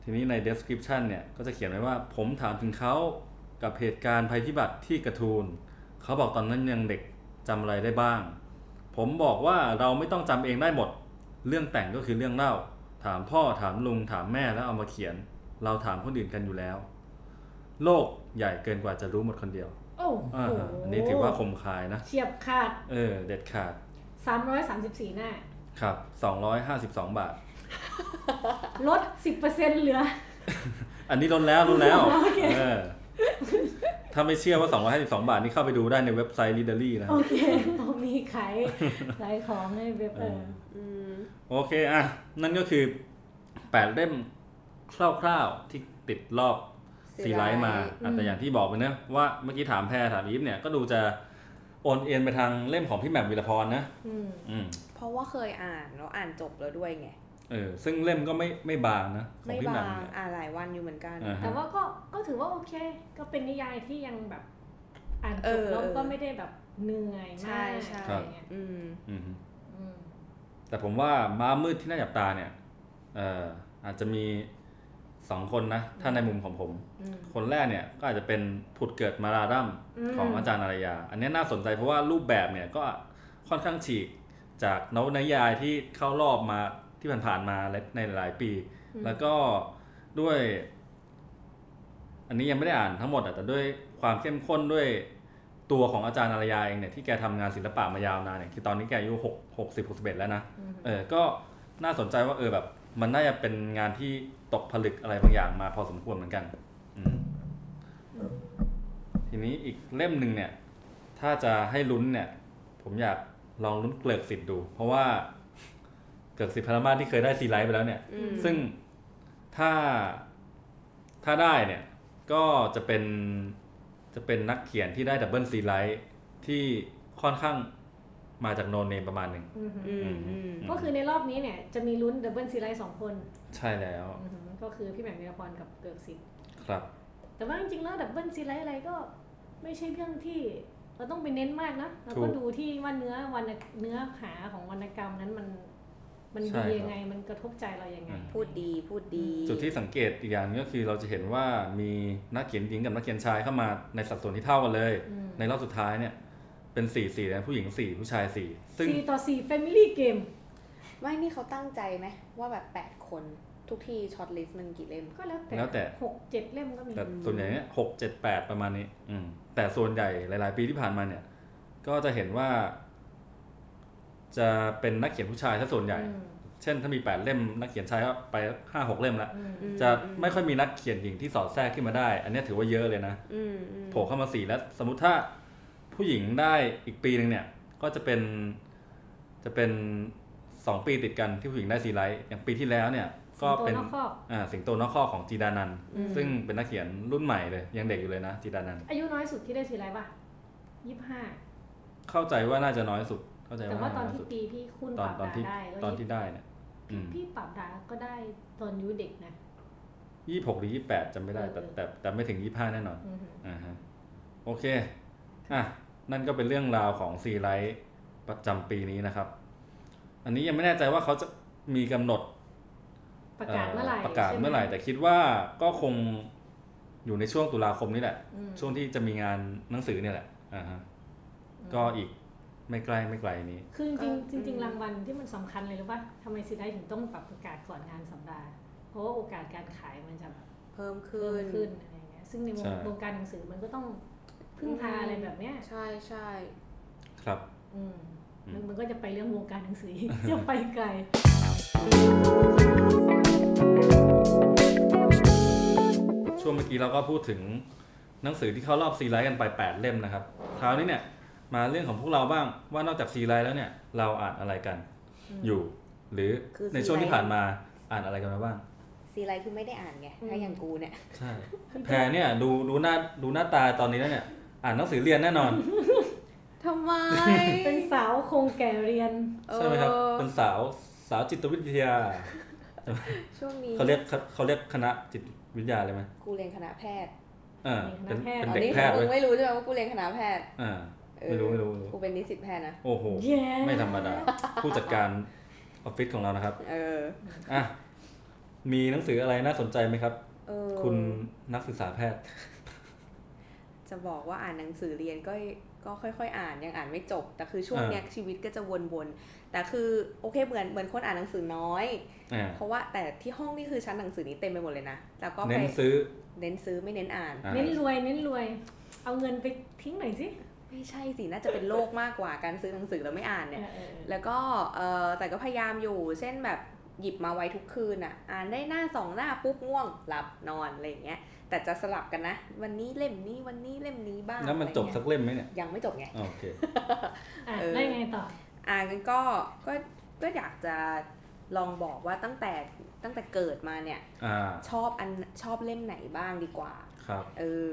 ทีนี้ใน description เนี่ย ก็จะเขียนไว้ว่า ผมถามถึงเขากับเหตุการณ์ภัยพิบัติที่กระทูล เขาบอกตอนนั้นยังเด็กจำอะไรได้บ้าง ผมบอกว่าเราไม่ต้องจำเองได้หมด เรื่องแต่งก็คือเรื่องเล่า ถามพ่อถามลุงถามแม่แล้วเอามาเขียน เราถามคนอื่นกันอยู่แล้ว โลกใหญ่เกินกว่าจะรู้หมดคนเดียว
โอ้โห
อ่าอันนี้ถือว่าคมคายนะ
เฉียบขาด
เออ เด็ดขาด
334 หน้า
ครับ 252 บาท
ลด 10%เหลือ
อันนี้ลดแล้วลดแล้ว
โอเค
เออถ้าไม่เชื่อว่า 252 บาทนี่เข้าไปดูได้ในเว็บไซต์ Readery นะค
โอ
รับ
เคผมมีขาย ขายของในเว็บเออ
อืม
โอเค อ่ะ นั่นก็คือ 8 เล่มคร่าวๆที่ติดรอบสีไลท์มาอ่ะแต่อย่างที่บอกไปนะว่าเมื่อกี้ถามแพรถามอีฟเนี่ยก็ดูจะโอนเอ็นไปทางเล่มของพี่แหม่มวิรพรนะ
อืม
อืม
เพราะว่าเคยอ่านแล้วอ่านจบแล้วด้วยไง
เออซึ่งเล่มก็ไม่ไม่บางนะของ
ไม่
พี่แห
บา
ม่
ง
มเนี่ย
อ่านหลายวันอยู่เหมือนกัน
อ่าฮะ
แต่ว่าก็ก็ถือว่าโอเค ก็เป็นนิยายที่ยังแบบ อ่านจ
เอบ อ
แล้ว
เออ
ก็ไม่ได้แบบเหนื่อย
ใช่
มาก
ใช่
อะไรเงี้ย
อืม
อือฮึ
อืม
แต่ผมว่าม้ามืดที่น่าจับตาเนี่ย เอ่ออาจจะมีสองคนนะ ถ้าในมุมของผม
อืม
คนแรกเนี่ยก็อาจจะเป็นผุดเกิดมาราดัม
อืม
ของอาจารย์อารยา อันนี้น่าสนใจเพราะว่ารูปแบบเนี่ยก็ค่อนข้างฉีกจากนวนยายที่เข้ารอบมาที่ผ่านๆมาและในหลายปี
อืม
แล้วก็ด้วย อันนี้ยังไม่ได้อ่านทั้งหมดอะแต่ด้วยความเข้มข้นด้วยตัวของอาจารย์อารยาเองเนี่ยที่แกทำงานศิลปะมายาวนานเนี่ยคือตอนนี้แกอายุหกหกสิบหกสิบเอ็ดแล้วนะ
อืม
เออ ก็น่าสนใจว่าเออแบบ มันน่าจะเป็นงานที่ตกผลึกอะไรบางอย่างมาพอสมควรเหมือนกัน อืม ทีนี้อีกเล่มหนึ่งเนี่ย ถ้าจะให้ลุ้นเนี่ย ผมอยากลองลุ้นเกลือกสิบดู เพราะว่าเกลือกสิบพารามาสที่เคยได้ซีไลท์ไปแล้วเนี่ย
อืม
ซึ่งถ้าถ้าได้เนี่ย ก็จะเป็นจะเป็นนักเขียนที่ได้ดับเบิลซีไลท์ที่ค่อนข้างมาจากโนเนมประมาณหนึ่ง
อืมอืม
อืมอืม
ก็คือในรอบนี้เนี่ยจะมีลุ้นดับเบิลซีไลท์สองคน
ใช่แล้ว
อือหือก็คือพี่แหม่มวีรพรกับเกือกสิทธิ์
ครับ
แต่ว่าจริงๆแล้วดับเบิลซีไลท์อะไรก็ไม่ใช่เรื่องที่เราต้องไปเน้นมากนะเรา
ถู
ก็
ก
ดูที่ว่าเนื้อวรรณเนื้อหาของวรรณกรรมนั้นมันมัน
ใช่ค
ดี
รับ
ยังไงมันกระทบใจเรายังไง
อืม
พูดดีพูดดี
จุดที่สังเกตอีกอย่างหนึ่งก็คือเราจะเห็นว่ามีนักเขียนหญิงกับนักเขียนชายเข้ามาในสัดส่วนที่เท่ากันเลย
อืม
ในรอบสุดท้ายเนี่ย เป็นสี่สี่นะผู้หญิงสี่ผู้ชายสี่ซึ่ง
สี่ต่อสี่ Family Game
ไม่นี่เขาตั้งใจไหมว่าแบบ 8 คนทุกที่ช็อตลิสต์มันกี่เล่ม
ก็แล้วแต่
แล้วแต่
หกเจ็ดเล่มก็มี
แต่ส่วนใหญ่เนี่ยหกเจ็ดแปดประมาณนี้ อืม แต่ส่วนใหญ่หลาย ๆ ปีที่ผ่านมาเนี่ย ก็จะเห็นว่า จะเป็นนักเขียนผู้ชายซะส่วนใหญ่
อืม
เช่น ถ้ามีแปดเล่ม นักเขียนชายก็ไปห้าหกเล่มละ
อืม
อืม
จะไม่ค่อยมีนักเขียนหญิงที่สอดแทรกขึ้นมาได้ อันเนี้ยถือว่าเยอะเลยนะ
อืมอืม
โผล่เข้ามาสี่แล้วสมมติถ้าผู้หญิงได้อีกปีหนึ่งเนี่ย ก็จะเป็นจะเป็นสองปีติดกันที่ผู้หญิงได้ซีไลท์อย่างปีที่แล้วเนี่ย ก็
ตั
เป็
วน นอกคอก
อ่าสิงโตนอกข้อของจีดานัน
อืม
ซึ่งเป็นนักเขียนรุ่นใหม่เลย ยังเด็กอยู่เลยนะจีดานัน
อายุน้อยสุดที่ได้ซีไลท์ป่ะยี่สิบห้า
เข้าใจว่าน่าจะน้อยสุด เข้าใจ
แต่
ว่า
ว่าตอน
น้อย
ที่
สุด
ปีพี่คุณ
ต
ป
อน
รับ
ตอน
ดา
ที่
ได้
ต
ก็
อนที่ได้เนี่ยอืม
พี่ปรับดาก็ได้ตอนอายุเด็กนะ
ยี่หกหรือยี่แปดจำไม่ได้แต่แต่แต่ไม่ถึงยี่ห้าแน่นอน
อือหือ
อ่าฮะโอเคอ่ะนั่นก็เป็นเรื่องราวของซีไลท์ประจำปีนี้นะครับ อันนี้ยังไม่แน่ใจว่าเขาจะมีกำหนด
ประกาศเมื่อไหร่
ประกาศ
ใช่ไ
เมื่อไหร่ แต่คิดว่าก็คงอยู่ในช่วงตุลาคมนี่แหละ
อืม
ช่วงที่จะมีงานหนังสือเนี่ยแหละอ่าฮะ
อืม
ก็อีกไม่ใกล้ไม่ไกลนี้
คือจริงๆจริงๆรางวัลที่มันสำคัญเลยรู้ป่ะทำไมซีได้ถึงต้องปรับประกาศก่อนงานสัปดาห์ เพราะว่าโอกาสการขายมันจะแบบ
เพิ่ม
เพิ่
ขึ้น
มขึ้นอะไรเงี้ย ซึ่งในวง
ใช่
วงการหนังสือมันก็ต้องพึ่งพาอะไรแบบเนี้ย
ใช่ใช่
ครับ
อืม
อืม
มันมันก็จะไปเรื่องวงการหนังสืออีก จะไปไกล
ช่วงเมื่อกี้เราก็พูดถึงหนังสือที่เข้ารอบซีไรต์กันไป 8 เล่มนะครับคราวนี้เนี่ยมาเรื่องของพวกเราบ้างว่านอกจากซีไรต์แล้วเนี่ยเราอ่านอะไรกัน
อืม
อยู่ หรือ
คือ
ในช่วงที่ผ่านมาอ่านอะไรกันมาบ้าง
ซีไรคือไม่ได้อ่านไง
อืม
ถ้าอย่างกูเนี่ย
ใช่แพรเนี่ยดูดูหน้าดูหน้าตาตอนนี้แล้วเนี่ย อ่านหนังสือเรียนแน่นอน
ทำไม
เป็นสาวคงแก่เรียน
ใช่ไหมครับ
เออ
เป็นสาวสาวจิตวิทยา
ช่วงนี้
เขาเรียกเขาเรียกคณะจิตวิทยาเลยไหม
กูเรียนคณะแพทย์
เออเป็น
คณะ
อ๋อ
เป็น
แพทย์
เด็ก
นี่
แพทย์
มึ
เว้ย
งไม่รู้ใช่ไหมว่ากูเรียนคณะแพทย์
อ่า
เออ
ไม่รู้ไม่รู้ไม่รู้
กูเป็นนิสิตแพทย์นะ
โอ้โห
แย่
ไม่ธรรมดา ผู้จัดการออฟฟิศของเรานะครับ
เออ
อ่ะ มีหนังสืออะไรน่าสนใจไหมครับ
เออ
คุณนักศึกษาแพทย์
จะบอกว่าอ่านหนังสือเรียนก็ก็ค่อย ๆ อ่านยังอ่านไม่จบ แต่คือช่วงเนี้ยชีวิตก็จะวนๆแต่คือโอเคเหมือนเหมือนคนอ่านหนังสือน้อย
อ่า
เพราะว่าแต่ที่ห้องนี่คือชั้นหนังสือนี้เต็มไปหมดเลยนะแล้วก็ไป
เน้นซื้อ
เน้นซื้อไม่เน้นอ่าน
อ่า
เน้นรวยเน้นรวย เอาเงินไปทิ้งหน่อยสิ
ไม่ใช่สิน่าจะเป็นโรคมากกว่าการซื้อหนังสือแล้วไม่อ่านเนี่ย
เออเออ
แล้วก็เออแต่ก็พยายามอยู่ เช่นแบบหยิบมาไว้ทุกคืนอ่ะ อ่านได้หน้าสองหน้าปุ๊บง่วงหลับนอนอะไรอย่างเงี้ย แต่จะสลับกันนะ วันนี้เล่มนี้วันนี้เล่มนี้บ้าง
แล้วมันจบสั
อะไร
กเล่มไหมเนี่ย
เงี้ยยังไม่จบไง
อ๋อโอเค
อ่ะ
เออ
ได้ไงต่อ
อ่านกันก็ก็ก็อยากจะลองบอกว่าตั้งแต่ตั้งแต่เกิดมาเนี่ย
อ่า
ชอบอันชอบเล่มไหนบ้างดีกว่า
ครับ
เออ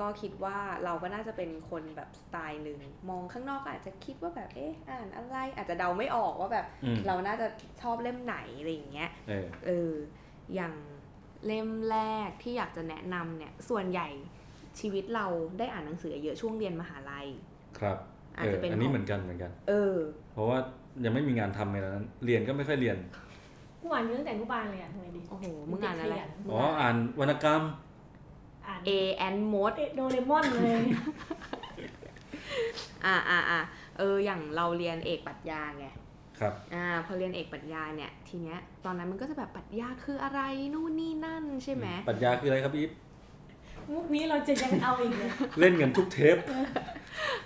ก็คิดว่าเราก็น่าจะเป็นคนแบบสไตล์หนึ่ง มองข้างนอกอาจจะคิดว่าแบบ เอ๊ะ อ่านอะไร อาจจะเดาไม่ออกว่าแบบ
อืม
เราน่าจะชอบเล่มไหนอะไรอย่างเงี้ย
เออ
เออ อย่างเล่มแรกที่อยากจะแนะนำเนี่ย ส่วนใหญ่ชีวิตเราได้อ่านหนังสือเยอะช่วงเรียนมหาลัย
ครับ
อาจ
เออ
จะเป็น
อันนี้
ข
เห
อง
มือนกันเหมือนกัน
เออ
เพราะว่ายังไม่มีงานทำในตอนนั้น เรียนก็ไม่ค่อยเรียน
กูอ่านอยู่ตั้งแต่อนุบาลเลยอ่ะทำไงดี
โอ้โห มึงอ่านอะไร
อ๋อ อ่านวรรณกรรม
อ่าน
A and Mode
เอ๊ะโดเรมอนเลย
อ่าอ่าอ่าเออ อย่างเราเรียนเอกปรัชญาไง
ครับ
อ่าพอเรียนเอกปรัชญาเนี่ยทีเนี้ยตอนนั้นมันก็จะแบบปรัชญาคืออะไรนู่นนี่นั่นใช่ไหม
ปรัชญาคืออะไรครับอีฟ
มุกนี้เราจะยังเอาอีกเลย
เล่นกันทุกเท ป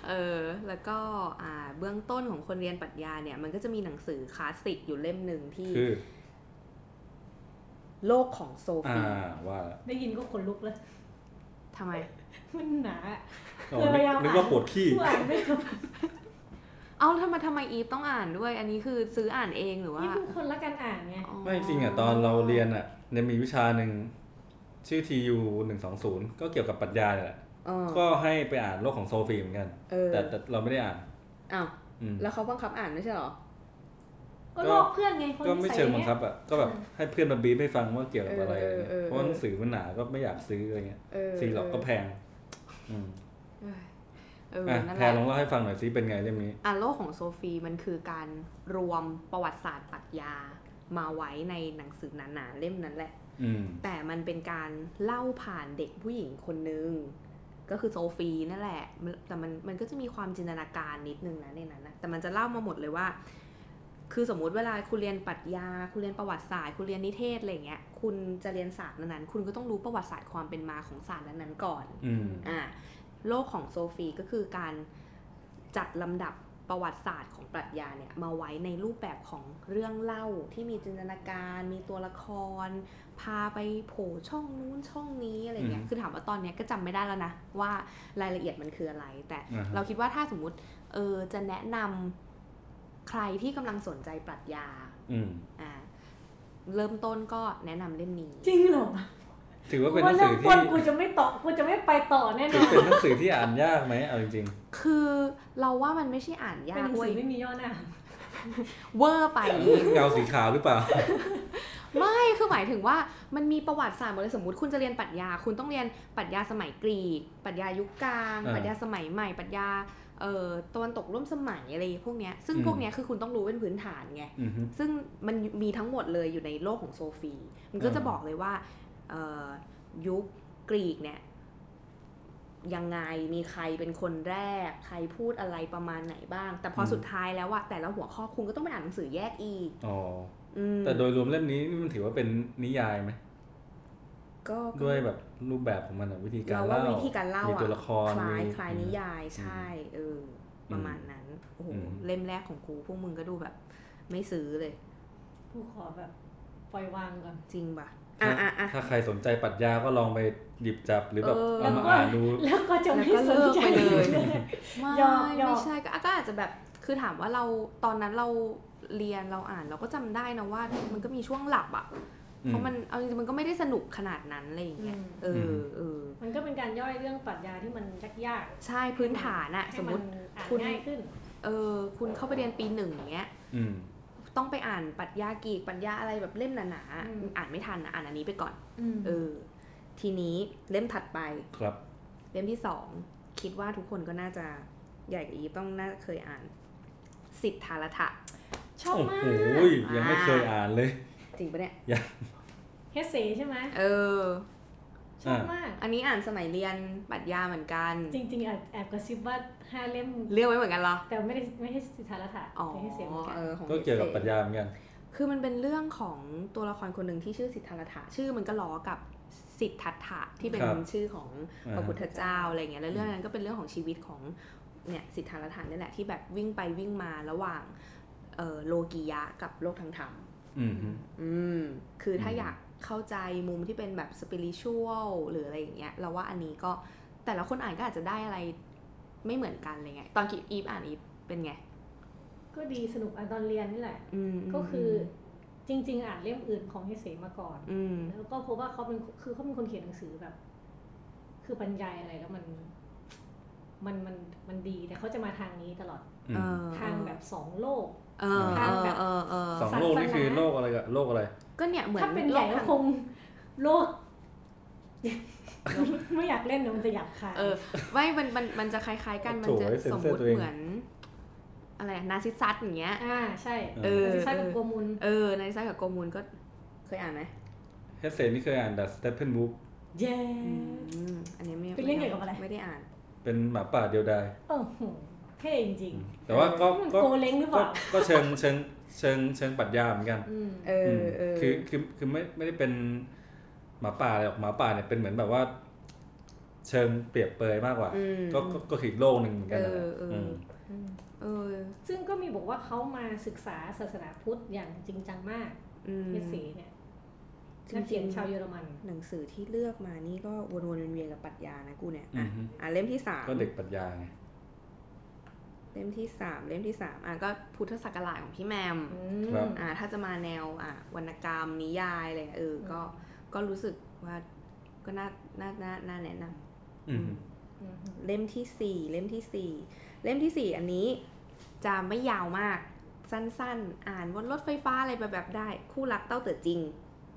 เออแล้วก็อ่าเบื้องต้นของคนเรียนปรัชญาเนี่ยมันก็จะมีหนังสือคลาสสิกอยู่เล่มหนึ่งที่
คือ
โลกของโซฟี
อ่าว่า
ได้ยิน ก็ขนลุกแล้ว
ทำไม
มันหนา
อ๋อนึกนึกว่าปวดขี้
กูอ่านไม่จบ
เอาทำไมทำไมอีฟต้องอ่านด้วย อันนี้คือซื้ออ่านเองหรือว่า
นี่ดูคนละการอ่านไง
อ๋อ
ไม่จริงอ่ะตอนเราเรียนอ่ะเนี่ยมีวิชาหนึ่งชื่อ TU 120 ก็เกี่ยวกับปรัชญาเนี่ยแหละ
เออ
ก็ให้ไปอ่านโลกของโซฟีเหมือนกัน
เออ
แต่แต่เราไม่ได้อ่าน
อ้าว
อืม
แล้วเขาบังคับอ่านไม่ใช่เหรอ
ก็โลกเพื่อนไงคน
ก็
ที่
ไม่
ใส่
เชิงบัง
เนี้ย
คับอ่ะก็แบบให้เพื่อนมาบีบให้ฟังว่าเกี่ยวกับอะไร
เอ
อะไร
อเอ
เงี้ย
อ
เพราะหนังสือมันหนาก็ไม่อยากซื้ออะไรเงี้ย
เออ
ซีหลอกก็แพงอืม
เออเออ
อ่ะ
นั่น
แพ
แห
ร
ละ
ลองเล่าให้ฟังหน่อยซิเป็นไงเรื่องนี้
อันโลกของโซฟีมันคือการรวมประวัติศาสตร์ปรัชญามาไว้ในหนังสือหนาๆเล่มนั้นแหละ
อืม
แต่มันเป็นการเล่าผ่านเด็กผู้หญิงคนนึง ก็คือโซฟีนั่นแหละมันแต่มันมันก็จะมีความจินตนาการนิดนึงนะในนั้นนะแต่มันจะเล่ามาหมดเลยว่า คือสมมุติเวลาคุณเรียนปรัชญา คุณเรียนประวัติศาสตร์ คุณเรียนนิเทศอะไรอย่างเงี้ยคุณจะเรียนศาสตร์นั้นๆคุณก็ต้องรู้ประวัติศาสตร์ความเป็นมาของศาสตร์นั้นๆก่อน
อืม
อ่ะโลกของโซฟีก็คือการจัดลำดับประวัติศาสตร์ของปรัชญาเนี่ยมาไว้ในรูปแบบของเรื่องเล่าที่มีจินตนาการ มีตัวละคร พาไปโผล่ช่องนู้นช่องนี้อะไรเงี้ย
อืม
คือถามว่าตอนเนี้ยก็จำไม่ได้แล้วนะ ว่ารายละเอียดมันคืออะไร แต่
อ่าฮะ
เราคิดว่าถ้าสมมุติเออจะแนะนำใครที่กำลังสนใจปรัชญา
อืม
อ่าเริ่มต้นก็แนะนำเล่มนี้
จริงเหรอ
ถือว่า
กู
เป็นห
ว่า
นัง
เริ่
สื
ม
อ
ต้
ที่
นกูจะไม่ต่อกูจะไม่ไปต่อแน่น
ถื
อ
อน เป็นหนังสือที่อ่านยากไหมเอาจริง
คือเราว่ามันไม่ใช่อ่าน
เป็น
ยา
ห
ก
นัง
เว้
สื
ย
อไม่มีย่อหน้า
เวอร์ไป
ๆเงาสีขาวหรือเปล่า
ไม่คือหมายถึงว่ามันมีประวัติศาสตร์หมดเลยสมมติคุณจะเรียนปรัชญา คุณต้องเรียนปรัชญาสมัยกรีกปรัชญายุคกลาง
อ่า
ปรัชญาสมัยใหม่ปรัชญาเอ่อตะวันตกร่วมสมัยอะไรพวกเนี้ยซึ่ง
อืม
พวกเนี้ยคือคุณต้องรู้เป็นพื้นฐานไง
อืมฮึ
ซึ่งมันมีทั้งหมดเลยอยู่ในโลกของโซฟี มันก็
อ่า
จะบอกเลยว่าเอ่อยุคกรีกเนี่ยยังไงมีใครเป็นคนแรก ใครพูดอะไรประมาณไหนบ้าง แต่พอสุดท้ายแล้วว่าแต่ละหัวข้อคุณก็ต้องไปอ่านหนังสือแยกอีก
อ๋อ
อืม
แต่โดยรวมเล่มนี้นี่มันถือว่าเป็นนิยายไหม
ก็
ด้วยแบบรูปแบบของมันอะวิธีการ
เราว่า
เล่า
วิธีการเล่า
มี
อะ
ตัวละคร
คล้าย
มี
คล้ายนิยายใช่เอออ
ม
ประมาณนั้นโอ้โห
อืม
เล่มแรกของกูพวกมึงก็ดูแบบ ไม่ซื้อเลย
ผู้ขอแบบปล่อยวางก่อน
จริงป่ะ
ถ้า
อ่ะอ่ะอ่ะ
ถ้าใครสนใจปรัชญาก็ลองไปหยิบจับหรือแบบ
เออ
เอามาอ่านดู
แล้วก็จะไม่สนใจ
แล้วก็เลิกไปเลย ไม่
ยอมยอม
ไม่ใช่ก็ก็อาจจะแบบคือถามว่าเราตอนนั้นเราเรียนเราอ่านเราก็จำได้นะว่า มันก็มีช่วงหลับอ่ะเพราะมันเอาจริงๆมันก็ไม่ได้สนุกขนาดนั้นอะไรอย่างเงี้ย
อืม
เอออ
ม
เออ
มันก็เป็นการย่อยเรื่องปรัชญาที่มันยาก
ใช่พื้นฐานอะส
ๆให้
มม
มัน
ติ
อ่าน
คุณ
ง่ายขึ้น
เออคุณเข้าไปเรียนปีหนึ่งอย่างเงี้ย
อืม
ต้องไปอ่านปรัชญากีกปรัชญาอะไรแบบเล่มหนาๆอะ
อืม
อ่านไม่ทันอะอ่านอันนี้ไปก่อน
เอ
เออ
อ
ทีนี้เล่มถัดไป
ครับ
เล่มที่สองคิดว่าทุกคนก็น่าจะใหญ่กับอีฟต้องน่าเคยอ่าน สิทธาลัทะ
ชอบ
โอ้
มา
โห
ก
ยังไม่เคยอ่านเลย
จริงปะเนี่ย
เฮสเซใช่ไหม
เออ
ชอบมาก
อันนี้อ่านสมัยเรียนปรัชญาเหมือนกัน
จริงๆแอบแอบกระซิบว่าห้าเล่ม
เลือกไว้เหมือนกันเหรอ
แต่ไม่ได้ไม่ใช่สิทธาลัตถะ
อ๋อ
แต่ให้เสียงเหมือนกัน
เออของ
ก็เกี่ยวกับปรัช
เอ
ญาเหมือนกัน
คือมันเป็นเรื่องของตัวละครคนหนึ่งที่ชื่อสิทธาลัทะชื่อมันก็ล้อกับสิทธัตถะที่เป็น
ครับ
ชื่อของพ
อ่าฮะ
ระพุทธเจ้าอะไรเงี้ยแล้วเรื่องนั้นก็เป็นเรื่องของชีวิตของเนี่ยสิทธาลัทะนี่แหละที่แบบวิ่งไปวิ่งมาระหว่างเอ่อโลกียะกับโลกทางธรรม
อืม
อืม คือถ้า
อืม
อยากเข้าใจมุมที่เป็นแบบสปิริชวลหรืออะไรอย่างเงี้ย เราว่าอันนี้ก็แต่ละคนอ่านก็อาจจะได้อะไรไม่เหมือนกันอะไรเงี้ยตอนกีอีฟอ่านอีฟเป็นไง
ก็ดีสนุกอันตอนเรียนนี่แหละ
อืม
ก็คือจริง ๆ อ่านเล่มอื่นของเฮเซมาก่อน
อืม
แล้วก็พบว่าเขาเป็นคือเขาเป็นคนเขียนหนังสือแบบ คือบรรยายอะไรแล้วมัน มันมันมันดีแต่เขาจะมาทางนี้ตลอด
อื
เอ
ม
อ
ทางแบบสองโลก
เออเออเออเออ
สองโลกนี่คือโลกอะไรกับโลกอะไร
ก็เนี่ยเหมือน
ถ้าเป็นใหญ่
โล
ก็
ทาง
คงโลก ไม่อยากเล่นนะมันจะหยาบคาย
เออไม่มันมันมันจะคล้ายๆกันมันจะ
โถ่เซ็น
สม
เซ
ม
อร์
ติ
ตัวเอง
เหมือน อะไรนาซิซัสอย่างเงี้ย
อ่าใช่
เออ
จะใช้กับโกมุล
เออนาซิซัสกับโกมูลก็เคยอ่านไหม
เฮสเซนนี่เคยอ่านดัสเตปเพนบุ๊ก
เย้
อืมอันนี้ไม่
เป็นเรื่องเกี่ยวกับอะไร
ไม่ได้อ่าน
เป็นหมาป่าเดียวดาย
โอ้โหเท่จริงๆ
แต่ว่าก็
มัน
ก็
โกเล้งหรือเป
ก็
ล่า
ก็เชิงเชิงเชิงเชิงปรัชญาเหมือนกัน
อืม
เออเออ
คือคือคือไม่ไม่ได้เป็นหมาป่าอะไรหรอกหมาป่าเนี่ยเป็นเหมือนแบบว่า เชิงเปรียบเปรยมากกว่า
อืม
ก็ก็ก็คืออีกโลกหนึ่งเหมือนกันนะ
เออเอออื
ม
อืม
เออ
ซึ่งก็มีบอกว่าเขามาศึกษาศาสนาพุทธอย่างจริงจังมาก
อืม
เมสเซเนี่ย
จริงๆ
นักเขียนชาวเยอรมัน
หนังสือที่เลือกมานี่ก็วนๆเวียนๆกับปรัชญานะกูเนี่ย
อื
อ่ะ
มฮึ
อ่ะเล่มที่สาม
ก็เด็กปรัชญาไง
เล่มที่สามเล่มที่สามอ่ะก็พุทธศักราชของพี่แมม
อืม
อ่ะถ้าจะมาแนวอ่ะวรรณกรรมนิยายอะไรเออก็ก็รู้สึกว่าก็น่าน่าน่าน่าแนะนำ
อืม
อืม
เล่มที่สี่เล่มที่สี่เล่มที่สี่อันนี้จะไม่ยาวมากสั้นๆ อ่านบนรถไฟฟ้าอะไรไปแบบได้ คู่รักเต้าเต๋อจริง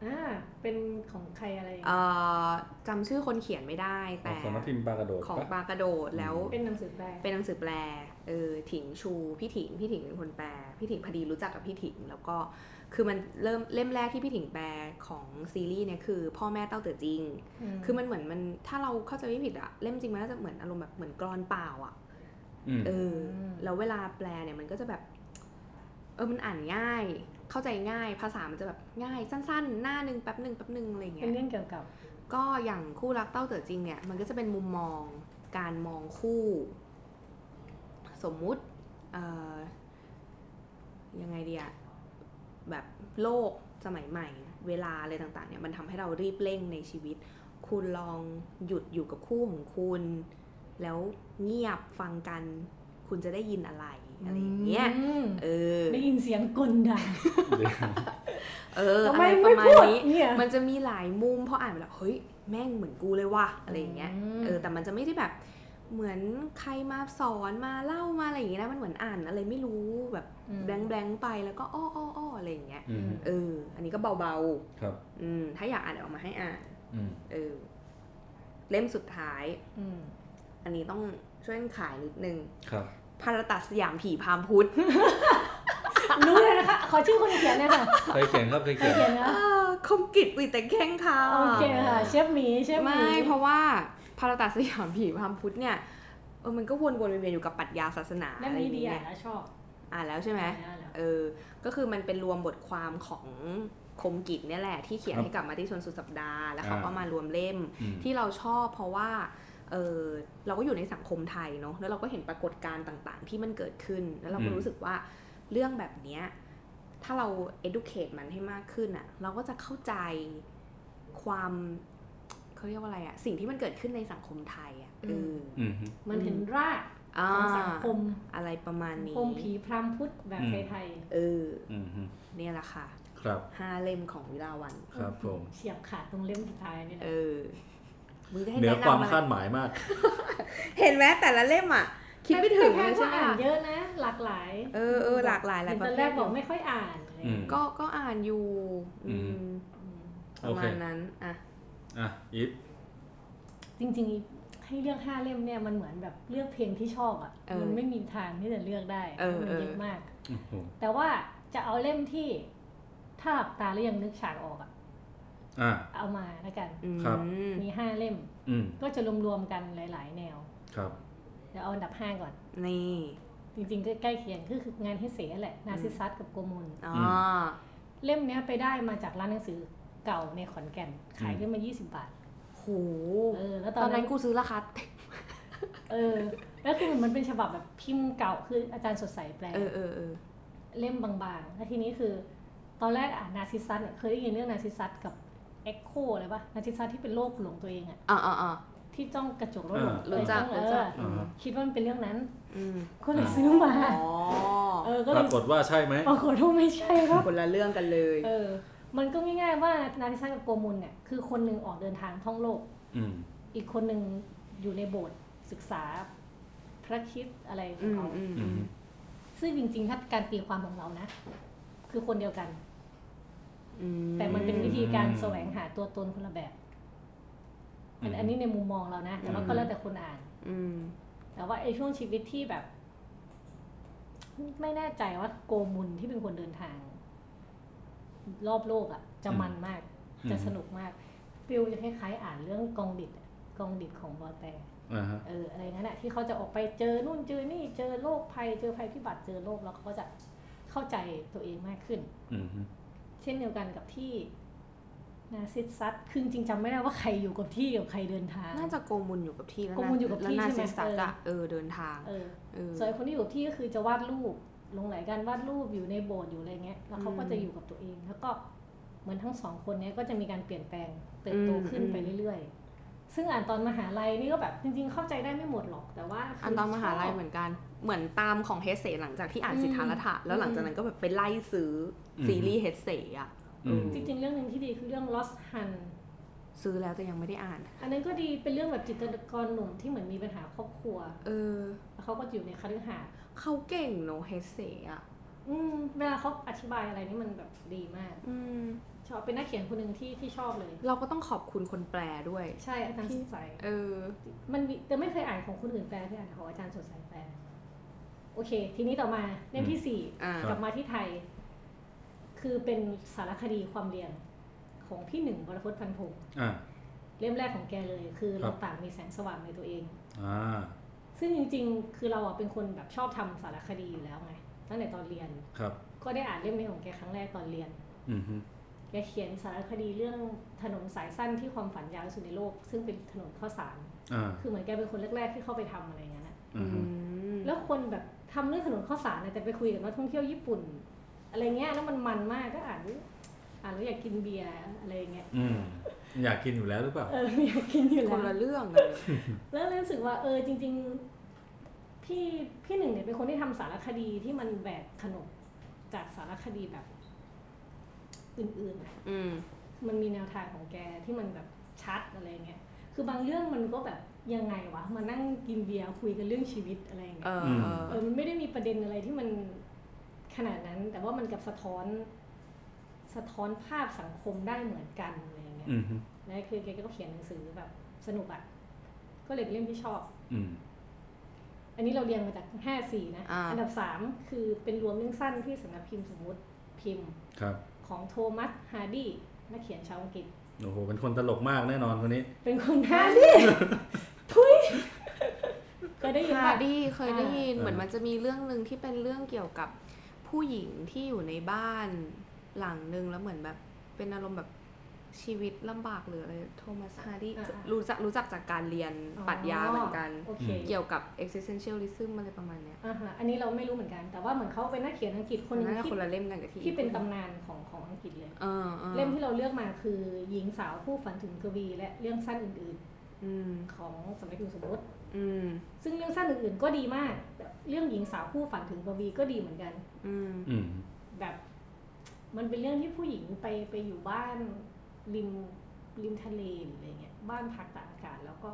อ่าเป็นของใครอะไร
เอ่อจำชื่อคนเขียนไม่ได้แต่
ของสำนักพิมพ์ปลากระโดด
ของ
ปะ
ปากระโดดแล้ว
เป็นหนังสือแปล
เป็นหนังสือแปล เออถิงชูพี่ถิงพี่ถิงเป็นคนแปล พี่ถิงพอดีรู้จักกับพี่ถิง แล้วก็คือมันเริ่มเล่มแรกที่พี่ถิงแปลของซีรีส์เนี่ยคือ พ่อแม่เต้าเต๋อจริง คือมันเหมือนมันถ้าเราเข้าใจไม่ผิดอะเล่มจริงมันน่าจะเหมือนอารมณ์แบบเหมือนกรอนเปล่าอะ
อืม
เออแล้วเวลาแปลเนี่ยมันก็จะแบบเออมันอ่านง่าย เข้าใจง่ายภาษามันจะแบบง่ายสั้นๆ หน้าหนึ่งแป๊บหนึ่งแป๊บหนึ่งอะไรอย่างเงี้
เป็
ย
นเรื่องเกี่ยวกับ
ก็อย่างคู่รักเต้าเต๋อจริงเนี่ยมันก็จะเป็นมุมมองการมองคู่ สมมุติเอ่อยังไงดีอะแบบโลกสมัยใหม่ เวลาอะไรต่างๆเนี่ยมันทำให้เรารีบเร่งในชีวิต คุณลองหยุดอยู่กับคู่ของคุณ แล้วเงียบฟังกันคุณจะได้ยินอะไรอะไรอย่างเงี้ยเออ
ได้ยินเสียงกลด่า
เดี๋ยว
เออ
ทำ
อะ
ไม
ไรป
ไม่
ระมาณ
พูด
นี้
เนี่ย
มันจะมีหลายมุมพออ่านไปแล้วเฮ้ยแม่งเหมือนกูเลยว่ะอะไรอย่างเงี้ย
ม
เออแต่มันจะไม่ได้แบบเหมือนใครมาสอนมาเล่ามาอะไรอย่างเงี้ยนะมันเหมือนอ่านอะไรไม่รู้แบบ
ม
แบงแบงๆไปแล้วก็อ้ออ้ออ้ออะไรอย่างเงี้ย
อืม
เออ อันนี้ก็เบา
ครับ
ๆอืมถ้าอยากอ่านเดี๋ยวเอามาให้อ่าน
อืม
เออเล่มสุดท้าย
อืม
อันนี้ต้องช่วยขายนิดนึง
ครับ
พารตัสสยามผีพรามพุท ธ
รู้เลยนะคะ ขอชื่อคนเขียนหนอยค่ะ
เคยเขียนครับเคย
ใคร
เขียน
เขียนนะ
อ่าคมกิจวิแต่แข้งค่ะ
โอเคค่ะเชฟหมีเชฟหมี
ไม่เพราะว่าพารตัสสยามผีพรามพุทธเนี่ยเออมันก็วนๆเวียนๆอยู่กับปรัชญาศาสนา
เล่มนี้ดี
อะไร
อ่ะ
ย่างเงี้ย
แล้วชอบ
อ่านแล้วใช่ไหม
อ่านแล้ว
เออ ก็คือมันเป็นรวมบทความของ คมกิจเนี่ยแหละที่เขียน
ครับ
ให้กับมาที่ชวนสุดสัปดาห์ แล้วเขา
อ่า
ก็มารวมเล่ม
อืม
ที่เราชอบเพราะว่าเออเราก็อยู่ในสังคมไทยเนาะแล้วเราก็เห็นปรากฏการณ์ต่างๆ ที่มันเกิดขึ้น แล้วเราก็
อืม
รู้สึกว่าเรื่องแบบเนี้ยถ้าเรา educate มันให้มากขึ้นอะ่ะเราก็จะเข้าใจความเขาเรียกว่าอะไรอะ่ะสิ่งที่มันเกิดขึ้นในสังคมไทยอะ่ะ
อื
เอ
ม
อ
อืม
มันถึงราก
อ่า
ของสังคม
อะไรประมาณ
สัง
นี้
คมผีพรามพุทธแบบ
อืม
ไทย
เออ
อืมอืม
เนี่ยแหละค่ะ
ครับ
ห้าเล่มของวิลาวัน
ๆ
ครับผม
เฉียบขาดตรงเล่มสุดท้ายเนี่ยแหละ
เออมึงจะให้
เหนือ
แนะ
ความ
นำอะไร
คาดหมายมาก
เห็นไหมแต่ละเล่มอ่ะ คิดไม่ถึง
แต่
เลย
แพ
ใช่
ท
ไหม
ย์ก็อ่าน
ล่ะ
เยอะนะ หลากหลาย
เออเออหลากหลายหลาย
เห็นตอน
ประเภท
แรกบอกไม่ค่อยอ่านอะไรอย่างเงี้ย
ม
ก็ก็อ่านอยู่
อืม
อืม
อืม
ป
โอ
ระ
เค
มาณนั้นอ่ะ
อ่ะอีฟ
จริงๆให้เลือกห้าเล่มเนี่ยมันเหมือนแบบเลือกเพลงที่ชอบอ่ะ
เออ
มันไม่มีทางที่จะเลือกได้
เออ
มันเย
เอ
อะ
อ
มาก
โอ้โห
แต่ว่าจะเอาเล่มที่ถ้าหลับตาแล้วยังนึกฉากออกอะ
อ่ะ
เอามาแล้วกัน
อืม
ครับ
มีห้าเล่ม
อืม
ก็จะรวมๆกันหลาย ๆ แนว
ครับ
เดี๋ยวเอาอันดับห้าก่อน
นี่
จริงๆก็ใกล้เคียงคือคืองานให้เสียแหละ นาซิซัสกับโกมุล
อ๋อ
ม
อ
เล่มเนี้ยไปได้มาจากร้านหนังสือเก่าในขอนแก่น ขายเล่มมา 20 บาท
โห
เออ แล้ว
ต
ต
อ
อน น
นั้
นั้น น
กูซื้อราคาเต็ม
เออ แล้วคือมันเป็นฉบับแบบพิมพ์เก่าคืออาจารย์สดใสแปล
เออเออเออ
เล่มบางๆ แล้วทีนี้คือ ตอนแรกอ่านนาซิซัสเนี่ยเคยได้ยินเรื่องนาซิซัสกับเอ็กโคอะไรปะนาซิซัสที่เป็นโรคหลงตัวเองอะ
อ่าอ่าอ่า
ที่จ้องกระจกรถหลง
อ่า
รู้จัก
เออ
รู้จัก
อ่าฮะ
คิดว่ามันเป็นเรื่องนั้น
อืม
ก็เลยซื้อมา
อ๋อ
เออ ก็เล
ปราย กฏว่าใช่ไหม
ปรากฏว่าไม่ใช่ครับ
คนละเรื่องกันเลย
เออ มันก็ง่ายๆว่านาทิชากับโกมุลเนี่ย คือคนหนึ่งออกเดินทางท่องโลก
อืม
อีกคนหนึ่งอยู่ในโบสถ์ศึกษาพระคริดอะไรขอ
อืม
งเขา
อืม
อื
อืม
ม
ซึ่งจริงๆ ถ้าการตีความของเรานะ คือคนเดียวกัน
อืม
แต่มันเป็นวิธีการแสวงหาตัวตนคนละแบบ อัน
อืม
อันนี้ในมุมมองเรานะ แต่ว่าก็แล้วแต่คนอ่าน
อืม
แต่ว่าไอ้ช่วงชีวิตที่แบบ ไม่แน่ใจว่าโกมุลที่เป็นคนเดินทาง รอบโลกอะ่ะ จะมันมาก
อืม
จะสนุกมากฟิลจะคล้ายๆ อ่านเรื่องกองดิดอะกองดิดของบอแต
อ่าฮะ
เอออะไรงั้นอะที่เขาจะออกไปเจอนู่นเจอนี่เจอโรคภัยเจอภัยพิบัติเจอโรคแล้วเขาก็จะเข้าใจตัวเองมากขึ้น
อืม
เช่นเดียวกันกับที่นาซิสซัตคือจริงๆจำไม่ได้ว่าใครอยู่กับที่กับใครเดินทาง
น่าจะโกมุลอยู่กับที่แล้ว
โกมุลอยู่กับที่
แล้วนา
ใช่ไหม
ซิสซัต
เออ
อะเออเดินทาง
เออ
เออ
ส่วนคนที่อยู่ที่ก็คือจะวาดรูปหลงไหลการวาดรูปอยู่ในโบสถ์อยู่อะไรเงี้ย แล้วเขาก็
อืม
จะอยู่กับตัวเอง แล้วก็เหมือนทั้งสองคนเนี้ยก็จะมีการเปลี่ยนแปลงเติบโต
อืม
ขึ้นไป
อืม
เรื่อยๆ ซึ่งอ่านตอนมหาลัยนี่ก็แบบจริงๆ เข้าใจได้ไม่หมดหรอกแต่ว่าคื
อันตอนมหาลัย
ชบ
เหมือนกัน เหมือนตามของเฮเซหลังจากที่อ่าน
อืม
สิทธารัตถะแล้วหลังจากนั้นก็แบบไปไล่ซื้ออซีรีส์เฮเซอ่ะ
อืม
จริงๆ เรื่องหนึ่งที่ดีคือเรื่อง Lost Hun
ซื้อแล้วแต่ยังไม่ได้อ่าน
อันนั้นก็ดีเป็นเรื่องแบบจิตรกรหนุ่มที่เหมือนมีปัญหาครอบครัว
เออ
แล้วเขาก็อยู่ในคฤหาสน์
เขาเก่งโนเฮเซอ่ะ
อืมเวลาเขาอธิบายอะไรนี่มันแบบดีมาก
อืม
ชอบเป็นนักเขียนคนหนึ่งที่ที่ชอบเลย
เราก็ต้องขอบคุณคนแปลด้วย
ใช่อาจารย์สดใส
เออ
มันมีแต่ไม่เคยอ่านของคนอื่นแปลที่อ่านของอาจารย์สดใสแปล โอเค ทีนี้ต่อมาเล่มที่สี่
อ่า
ค
ก
รับ
ลับมาที่ไทย คือเป็นสารคดีความเรียงของพี่หนึ่งวรพจน์พันธุ์พงษ์
อ่า
เล่มแรกของแกเลย คือ
ครั
เรา
บ
ต่างมีแสงสว่างในตัวเอง
อ่า
ซึ่งจริงๆ คือเราอ่ะเป็นคนแบบชอบทำสารคดีอยู่แล้วไงตั้งแต่ตอนเรียน
ครับ
ก็ได้อ่านเล่มนี้ของแกครั้งแรกตอนเรียน
อืม
แกเขียนสารคดีเรื่องถนนสายสั้นที่ความฝันยาวที่สุดในโลก ซึ่งเป็นถนนข้าวสาร
อ่า
คือเหมือนแกเป็นคนแรกๆที่เข้าไปทำอะไรอย่างนั้นอะ
อื
อื
ม
ม
แล้วคนแบบทำเรื่องถนนข้าวสารเนี่ยแต่ไปคุยกับนักท่องเที่ยวญี่ปุ่น อะไรเงี้ยแล้วมันมันมากก็อ่านแล้วอ่านแล้วอยากกินเบียร์อะไรเงี้ย
อืมอยากกินอยู่แล้วหรือเปล่า
เอออยากกินอยู่
คน
แล้
ละ
ว
เรื่องเลย
แล้วเลยรู้สึกว่าเออจริง ๆ พี่พี่หนึ่งเนี่ยเป็นคนที่ทำสารคดีที่มันแบกขนบจากสารคดีแบบ อื่นๆอะ
อืม
มันมีแนวทางของแกที่มันแบบชัดอะไรเงี้ยคือบางเรื่องมันก็แบบยังไงวะมานั่งกินเบียร์คุยกันเรื่องชีวิตอะไรเงี้ย
เออเออ
เออมันไม่ได้มีประเด็นอะไรที่มันขนาดนั้น แต่ว่ามันกับสะท้อน สะท้อนภาพสังคมได้เหมือนกันอะไรอย่างเงี้ย
อืม
แล้วคือแกก็เขียนหนังสือแบบสนุกอะ่ะ ก็เลยเป็นเล่มที่ชอบ
อืม
อันนี้เราเรียงมาจากห้าสี่นะ
อ่า
นดับสามคือเป็นรวมเรื่องสั้นที่สำนักพิมพ์สมมุติพิมพ์
ครับ
ของโทมัสฮาร์ดีนักเขียนชาวอังกฤษ
โอ้โห เป็นคนตลกมากแน่นอนคนนี้
เป็นคนฮาร์ ดีทุย เคยได้ยิน
ฮา
ปะ
ร์ดี้เคยได้ยิน
อ่า
เหมือนมันจะมีเรื่องหนึ่งที่เป็นเรื่องเกี่ยวกับผู้หญิงที่อยู่ในบ้านหลังหนึ่งแล้วเหมือนแบบ เป็นอารมณ์แบบชีวิตลำบากหรืออะไรโทมัสฮาร์ดี
อ่าอ่า
รู้จักรู้จักจากการเรียนปรัชญาเหมือนกัน
โอเค
เกี่ยวกับ existentialism อะไรประมาณเนี้ย
อ่าฮะอันนี้เราไม่รู้เหมือนกัน แต่ว่าเหมือนเขาเป็นนักเขียนอังกฤษคนหนึ
น่าง จะ
ที่
คนละเล่มกันกับที่
ที่เป็นตำนานของของอังกฤษเลย
เออออ
เล่มที่เราเลือกมาคือหญิงสาวผู้ฝันถึงกวี และเรื่องสั้นอื่น
อืม
ๆ ของสำนักพิมพ์สมมติ
อืม
ซึ่งเรื่องสั้นอื่นๆก็ดีมากแต่เรื่องหญิงสาวผู้ฝันถึงกวีก็ดีเหมือนกัน
อืม
อืม
แบบ มันเป็นเรื่องที่ผู้หญิงไปไปอยู่บ้านริมริมทะเลหรืออะไรเงี้ยบ้านพักตากอากาศแล้วก็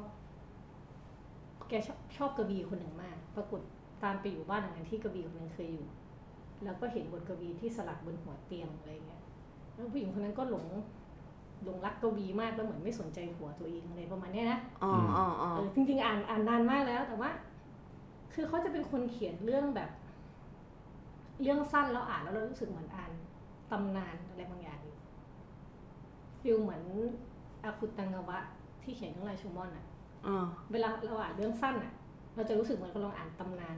แกชอบชอบกวีคนหนึ่งมาก ปรากฏตามไปอยู่บ้านหลังนั้นที่กวีคนหนึ่งเคยอยู่ แล้วก็เห็นบทกวีที่สลักบนหัวเตียงอะไรเงี้ยแล้วผู้หญิงคนนั้นก็หลงหลงรักกวีมากแล้วเหมือนไม่สนใจหัวตัวเองอะไรประมาณเนี้ยนะ
อ๋ออ๋ออ๋อ
เออจริงๆอ่านอ่านนานมากแล้ว แต่ว่า คือเขาจะเป็นคนเขียนเรื่องแบบ เรื่องสั้นแล้วอ่านแล้วเรารู้สึกเหมือนอ่านตำนานอะไรบางอย่างอยู่ฟิลเหมือนอาคุตังกวะ ที่เขียนเรื่องไรชูมอนอะ
อ๋อ
เวลาเราอ่านเรื่องสั้นอะเราจะรู้สึกเหมือนกำลังอ่านตำนาน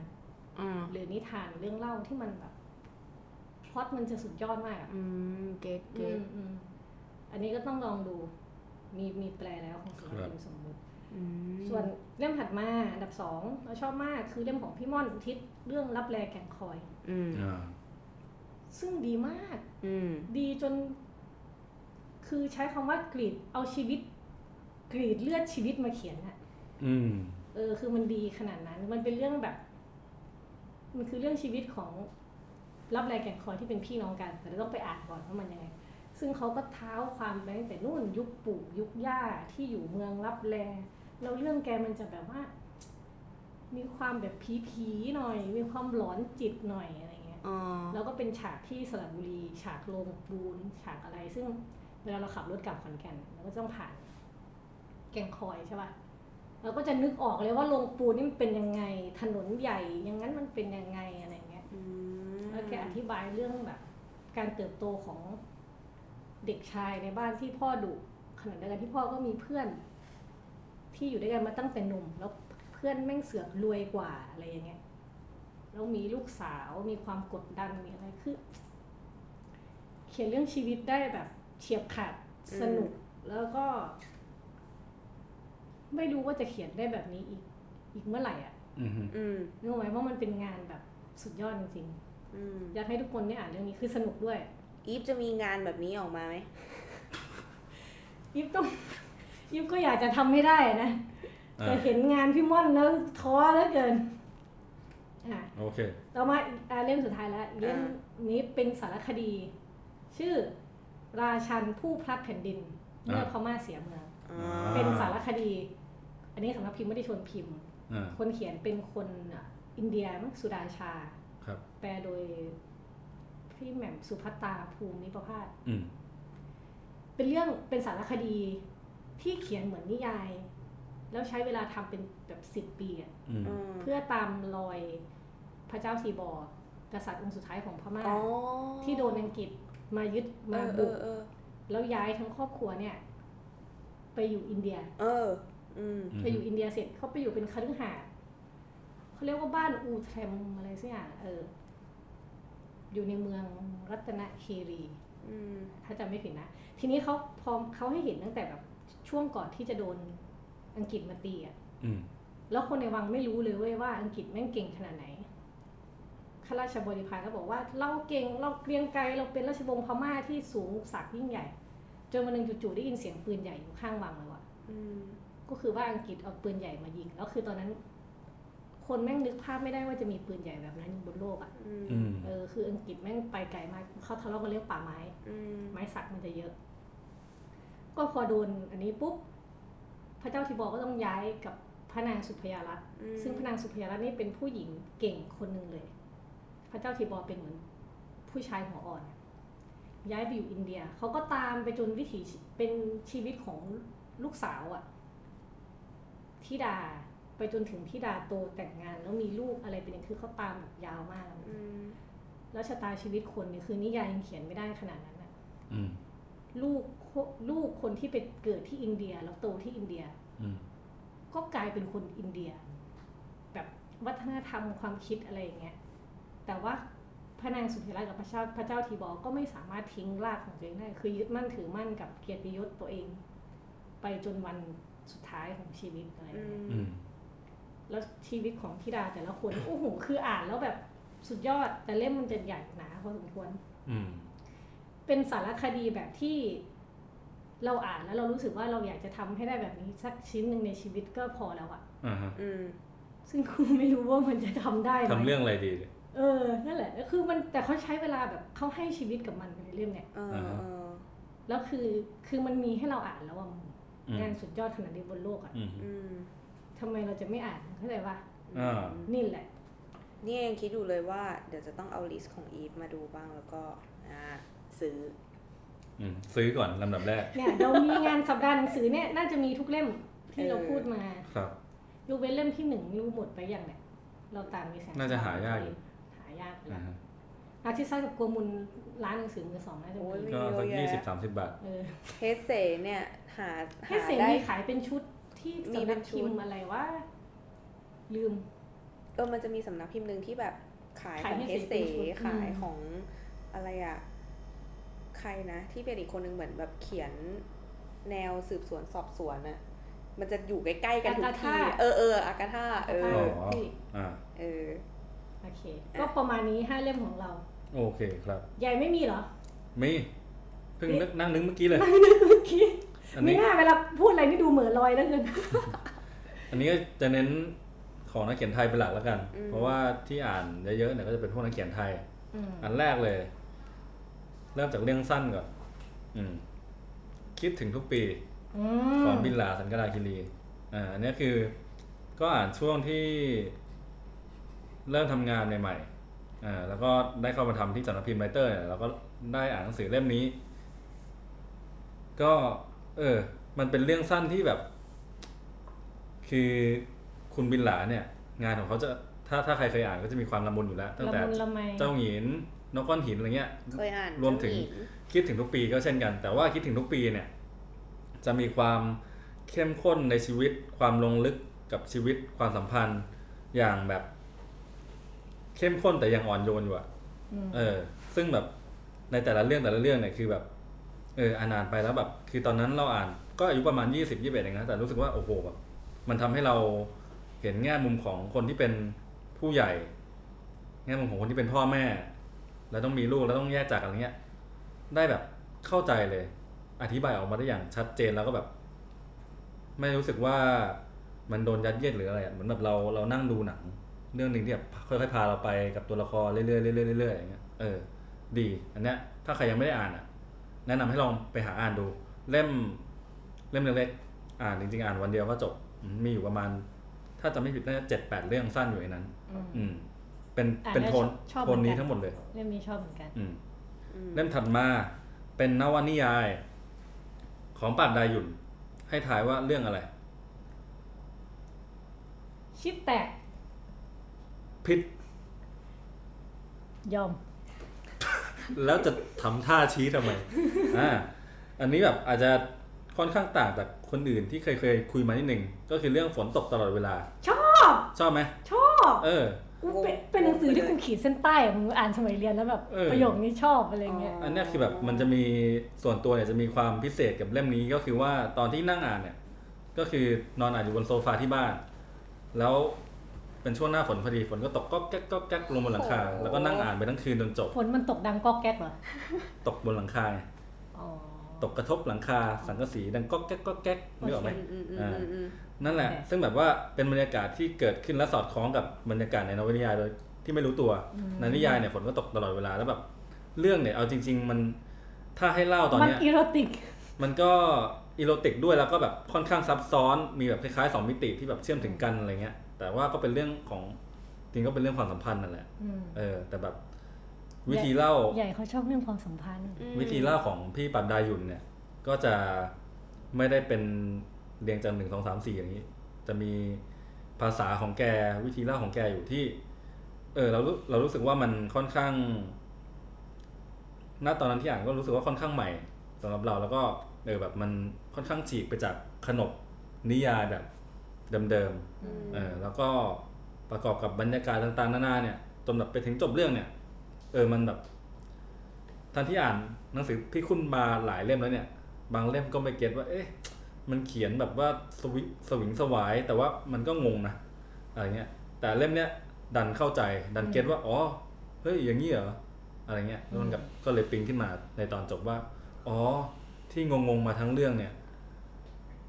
อ๋อ
หรือนิทานเรื่องเล่าที่มันแบบพล็อตมันจะสุดยอดมากอะ
อืมเก็ต
อื
เก็ต
มอืมอันนี้ก็ต้องลองดู มีมีแปลแล้วของสำนัก
ครับ
พิมพ์สมมุติ
อืม
ส่วนเล่มถัดมาอันดับสองเราชอบมากคือเล่มของพี่ม่อนอุทิศเรื่องรับแลแก่งคอย
อืม
อ่า
ซึ่งดีมาก
อืม
ดีจน คือใช้คำว่ากรีดเอาชีวิต กรีดเลือดชีวิตมาเขียนอะ
อืม
เออคือมันดีขนาดนั้น มันเป็นเรื่องแบบ มันคือเรื่องชีวิตของรับแลแก่งคอยที่เป็นพี่น้องกัน แต่เราต้องไปอ่านก่อนว่ามันยังไง ซึ่งเขาก็เท้าความไปตั้งแต่นู่นยุคปู่ยุคย่าที่อยู่เมืองรับแล แล้วเรื่องแกมันจะแบบว่า มีความแบบผีๆหน่อย มีความหลอนจิตหน่อยอะไรเงี้ย
อ๋อ
แล้วก็เป็นฉากที่สระบุรี ฉากโรงปูนฉากอะไร ซึ่งเวลาเราขับรถกลับขอนแก่นเราก็จะต้องผ่าน แก่งคอยใช่ป่ะเราก็จะนึกออกเลยว่าโรงปูนนี่มันเป็นยังไง ถนนใหญ่อย่างนั้นมันเป็นยังไงอะไรเงี้ย
อืม
แล้วแกอธิบายเรื่องแบบ การเติบโตของเด็กชายในบ้านที่พ่อดุขณะเดียวกันที่พ่อก็มีเพื่อน ที่อยู่ด้วยกันมาตั้งแต่หนุ่ม แล้วเพื่อนแม่งเสือกรวยกว่าอะไรอย่างเงี้ยแล้วมีลูกสาวมีความกดดันมีอะไรคือ เขียนเรื่องชีวิตได้แบบเฉียบขาดสนุกแล้วก็ ไม่รู้ว่าจะเขียนได้แบบนี้อีก อีกเมื่อไหร่อ่ะ
อืม
อืม
นึกออกไหมว่ามันเป็นงานแบบสุดยอดจริงๆ
อืม
อยากให้ทุกคนได้อ่านเรื่องนี้คือสนุกด้วย
อีฟจะมีงานแบบนี้ออกมาไหม
ยิบต้อง ยิบก็อยากจะทำไม่ได้นะแต่เห็นงานพี่ม่อนแล้วท้อแล้วเกินอ่ะ
โอเค
ต่อมาอีกอ่ะเล่มสุดท้ายแล้วเล่มนี้เป็นสารคดี ชื่อ ราชันผู้พลัดแผ่นดิน เมื่อ
อ่า
พม่าเสียเมือง
อ๋อ
เป็นสารคดี อันนี้สำนักพิมพ์ไม่ได้ชวนพิมพ์
อ่า
คนเขียนเป็นคนอ่ะอินเดียมั้งสุดาชา
ครับ
แปลโดยพี่แหม่มสุภัตตาภูมิประภาส
อืม
เป็นเรื่องเป็นสารคดีที่เขียนเหมือนนิยาย แล้วใช้เวลาทำเป็นแบบสิบปีอะ
อืม
อืม
เพื่อตามรอยพระเจ้าทีบอร์กษัตริย์องค์สุดท้ายของพม่า
อ๋อ
ที่โดนอังกฤษมายึดมา
เออเอ
บุก
อเออ
แล้วย้ายทั้งครอบครัวเนี่ย ไปอยู่อินเดีย
เออ อืม
อืม
ไปอยู่อินเดียเสร็จเขาไปอยู่เป็นคฤหาสน์เขาเรียกว่าบ้านอูเทรมอะไรสักอย่างเออ อยู่ในเมืองรัตนคีรี
อืม
ถ้าจำไม่ผิดนะ ทีนี้เขาพอเขาให้เห็นตั้งแต่แบบช่วงก่อนที่จะโดนอังกฤษมาตีอะ
อืม
แล้วคนในวังไม่รู้เลยเว้ยว่าอังกฤษแม่งเก่งขนาดไหน ข้าราชบริพารก็บอกว่าเราเก่งเราเกรียงไกรเราเป็นราชวงศ์พม่าที่สูงศักดิ์ยิ่งใหญ่ จนวันหนึ่งจู่ๆได้ยินเสียงปืนใหญ่อยู่ข้างวังเลยว่ะ
อืม
ก็คือว่าอังกฤษเอาปืนใหญ่มายิง แล้วคือตอนนั้น คนแม่งนึกภาพไม่ได้ว่าจะมีปืนใหญ่แบบนั้นอยู่บนโลกอะ
อืม
อืม
เออคืออังกฤษแม่งไปไกลมากเขาทะเลาะกันเรื่องป่าไม้
อืม
ไม้สักมันจะเยอะ ก็พอโดนอันนี้ปุ๊บ พระเจ้าทิบอร์ก็ต้องย้ายกับพระนางสุพยารัตน์ ซึ่งพระนางสุพยารัตน์นี่เป็นผู้หญิงเก่งคนหนึ่งเลย พระเจ้าทิบอร์เป็นเหมือนผู้ชายหัวอ่อน ย้ายไปอยู่อินเดีย เขาก็ตามไปจนวิถีชีเป็นชีวิตของลูกสาวอะธิดา ไปจนถึงธิดาโตแต่งงาน แล้วมีลูกอะไรเป็นอย่างคือเขาตามแบบยาวมาก
อืม
แล้วชะตาชีวิตคนเนี่ยคือนิยายยังเขียนไม่ได้ขนาดนั้นอะ
อืม
ลูกโคลูกคนที่ไปเกิดที่อินเดียแล้วโตที่อินเดีย
อืม
ก็กลายเป็นคนอินเดีย แบบวัฒนธรรมความคิดอะไรอย่างเงี้ยแต่ว่า พระนางสุเทรากับพระเจ้าพระเจ้าทีบอลก็ไม่สามารถทิ้งรากของตัวเองได้ คือยึดมั่นถือมั่นกับเกียรติยศตัวเอง ไปจนวันสุดท้ายของชีวิตอะไรอย่างเงี้ย
อืม
แล้วชีวิตของธิดาแต่ละคน โอ้โห คืออ่านแล้วแบบสุดยอด แต่เล่มมันจะใหญ่หนาพอสมควร
อืม
เป็นสารคดีแบบที่เราอ่านแล้วเรารู้สึกว่าเราอยากจะทำให้ได้แบบนี้สักชิ้นหนึ่งในชีวิตก็พอแล้วอะ
อ่าฮะ
อืม
ซึ่งกูไม่รู้ว่ามันจะทำได้ไหม
ทำเรื่องอะไรดีเนี่ย
เออ นั่นแหละก็คือมันแต่เขาใช้เวลาแบบเขาให้ชีวิตกับมันในเรื่องเนี่ย
เออ
อ่าฮะ
เออ
แล้วคือคือมันมีให้เราอ่านแล้วอะมึง
อืม
งานสุดยอดขนาดนี้บนโลกอะ
อืม
อืม
ทำไมเราจะไม่อ่านเข้าใจปะ
อ่า
นี่แหละ
นี่ยังคิดอยู่เลยว่า เดี๋ยวจะต้องเอาลิสต์ของอีฟมาดูบ้างแล้วก็อ่าซื้อ
อืมซื้อก่อนลำดับแรก
เนี่ยเรามีงานสัปดาห์หนังสือเนี่ยน่าจะมีทุกเล่มที่เราพูดมา
ครับ
ยูเวนเล่มที่หนึ่งไม่รู้หมดไปยังเนี่ยเราตามมีแสง
น่าจะหายากอยู่
หายาก
อ่า
นะ
ฮะ
อาทิตย์ซ้ายกับกัวมุนร้านหนังสือมือสองน่าจะ
โอ้ย
มี
ก็สัก
เยอะ
ยี่
แยะ
สิบสามสิบบาท
เออ
เฮดเสเนี่ย หา
ให้
หา
เสียง
ได้
มีขายเป็นชุดที่
มี
สำ
เป็
นั
น
ก
ชุ
พิ
ด
มพ์อะไรวะลืม
เออมันจะมีสำนักพิมพ์หนึ่งที่แบบขายข
ขาย
องเฮ
ให้
ดเส
เสเป็นชุด
ขาย
อืม
ของอะไรอะใครนะ ที่เป็นอีกคนหนึ่งเหมือนแบบเขียนแนวสืบสวนสอบสวนอะมันจะอยู่ใกล้ๆกันทุกที่ เออเอออากาธาเอ
ผ้า
อ
ที่
อ่า
เออ
โอเค ก็ประมาณนี้ห้าเล่มของเรา
โอเคครับ
ใหญ่ไม่มีเหรอ
มี เพิ่งนึกนั่งนึกเมื่อกี้เลย
ไม่นึกเมื่อกี้
อัน
ไม่
นี้
น่าเวลาพูดอะไรนี่ดูเหมือลอยแล้วเกิน
อันนี้ก็จะเน้นของนักเขียนไทยเป็นหลักแล้วกัน
อืม
เพราะว่าที่อ่านเยอะๆเนี่ยก็จะเป็นพวกนักเขียนไทย
อืม
อันแรกเลย เริ่มจากเรื่องสั้นก่อนอืม คิดถึงทุกปี
อื
ข
ม
องบินลาสันกราคิรีอ่าอันเนี้ยคือก็อ่านช่วงที่เริ่มทำงานใหม่ๆอ่าแล้วก็ได้เข้ามาทำที่สำนักพิมพ์ไรเตอร์เนี่ยแล้วก็ได้อ่านหนังสือเล่มนี้ ก็ เออ มันเป็นเรื่องสั้นที่แบบ คือคุณบินหลาเนี่ย งานของเขาจะถ้าถ้าใครเคยอ่านก็จะมีความละมุนอยู่แล้วตั้ง
ละ
แต่
มุนละไม
เจ้าหญินนกก้อนหินอะไรเงี้ย
เคยอ่าน
รวมถึง
เจ้าหญิ
คิดถึงทุกปีก็เช่นกัน แต่ว่าคิดถึงทุกปีเนี่ย จะมีความเข้มข้นในชีวิต ความลงลึกกับชีวิตความสัมพันธ์อย่างแบบ เข้มข้นแต่ยังอ่อนโยนอยู่อะ
อืม
เออ ซึ่งแบบในแต่ละเรื่องแต่ละเรื่องเนี่ยคือแบบ เอออ่านอ่านไปแล้วแบบ คือตอนนั้นเราอ่านก็อายุประมาณยี่สิบยี่สิบเอ็ดเองนะแต่รู้สึกว่าโอ้โหแบบมันทำให้เราเห็นแง่มุมของคนที่เป็นผู้ใหญ่ แง่มุมของคนที่เป็นพ่อแม่ แล้วต้องมีลูกแล้วต้องแยกจากอะไรเงี้ย ได้แบบเข้าใจเลย อธิบายออกมาได้อย่างชัดเจนแล้วก็แบบ ไม่รู้สึกว่ามันโดนยัดเยียดหรืออะไรอะเหมือนแบบเราเรานั่งดูหนัง เรื่องหนึ่งที่แบบค่อยๆพาเราไปกับตัวละครเรื่อยๆเรื่อยๆเรื่อยๆอย่างเงี้ยเออ ดี อันเนี้ย ถ้าใครยังไม่ได้อ่านอ่ะ แนะนำให้ลองไปหาอ่านดู เล่ม เล่มเล็กๆอ่านจริงๆอ่านวันเดียวก็จบอืมมีอยู่ประมาณ ถ้าจะไม่ผิดน่าจะเจ็ดแปดเรื่องสั้นอยู่ในนั้น
อืม
อืม เป็น
อ่าน
เป็น
แล้ว
โทน
ชอบ
โทนนี้
เหมือนกัน
ทั้งหมดเลย
เล่มนี้ชอบเหมือนกัน
อืม
อืม
เล่มถัดมาเป็นนวนิยาย ของปราบดาหยุ่น ให้ถ่ายว่าเรื่องอะไร
ชิดแตก
พิษ
ยอม
แล้วจะทำท่าชี้ทำไม อ่าอันนี้แบบอาจจะค่อนข้างต่างจากคนอื่นที่เคยเคยคุยมานิดหนึ่งก็คือเรื่องฝนตกตลอดเวลา
ชอบ
ชอบไหม
ชอบ
เออ
กูเป็นเป็นหนังสือที่กูขีดเส้นใต้อะมึงอ่านสมัยเรียนแล้วแบบ
เออ
ประโยคนี้ชอบอะไรเงี้ย
อันเนี้ยคือแบบมันจะมีส่วนตัวเนี่ยจะมีความพิเศษกับเล่มนี้ก็คือว่าตอนที่นั่งอ่านเนี่ย ก็คือนอนอ่านอยู่บนโซฟาที่บ้าน แล้วเป็นช่วงหน้าฝนพอดีฝนก็ตกก็แก๊กก็แก๊กลงบนหลังคา แล้วก็นั่งอ่านไปทั้งคืนจนจบ
ฝนมันตกดังก๊อกแก๊กเหรอ
ตกบนหลังคาไง
อ๋อ
ตกกระทบหลังคา สังกะสีดังก๊อกแก๊กก๊อกแก๊กนึกออกไหม
อืมอืมอืมอืมอืม
นั่นแหละ ซึ่งแบบว่าเป็นบรรยากาศที่เกิดขึ้นและสอดคล้องกับบรรยากาศในนวนิยายโดยที่ไม่รู้ตัว ในนิยายเนี่ยฝนก็ตกตลอดเวลาแล้วแบบเรื่องเนี่ยเอาจริง ๆ มันถ้าให้เล่าตอน
มัน
เนี้ย
อีโรติก
มันก็อีโรติกด้วยแล้วก็แบบค่อนข้างซับซ้อนมีแบบคล้ายๆสองมิติที่แบบเชื่อมถึงกันอะไรเงี้ย แต่ว่าก็เป็นเรื่องของจริงก็เป็นเรื่องความสัมพันธ์นั่นแหละ
อืม
เออ แต่แบบวิธีเล่า
ใหญ่เขาชอบเรื่องความสัมพันธ์
อืม
วิธีเล่าของพี่ปัดดายุนเนี่ย ก็จะไม่ได้เป็นเรียงจากหนึ่งสองสามสี่อย่างนี้ จะมีภาษาของแกวิธีเล่าของแกอยู่ที่ เออเรารู้เรารู้สึกว่ามันค่อนข้างณตอนนั้นที่อ่านก็รู้สึกว่าค่อนข้างใหม่สำหรับเราแล้วก็เออแบบมันค่อนข้างฉีกไปจากขนบนิยายแบบเดิม
อืม
ๆเออแล้วก็ประกอบกับบรรยากาศต่างๆนานาเนี่ยจนแบบไปถึงจบเรื่องเนี่ย เอ เออมันแบบทันที่อ่านหนังสือพี่คุณมาหลายเล่มแล้วเนี่ย บางเล่มก็ไม่เก็ตว่า เอ๊ะ มันเขียนแบบว่าสวิงสวิงสวาย แต่ว่ามันก็งงนะอะไรเงี้ย แต่เล่มเนี้ยดันเข้าใจดันเก็ตว่าอ๋อเฮ้ยอย่างนี้เหรออะไรเงี้ยแล้วมันกับก็เลยปิ๊งขึ้นมาในตอนจบว่า อ๋อ ที่งงงๆมาทั้งเรื่องเนี่ย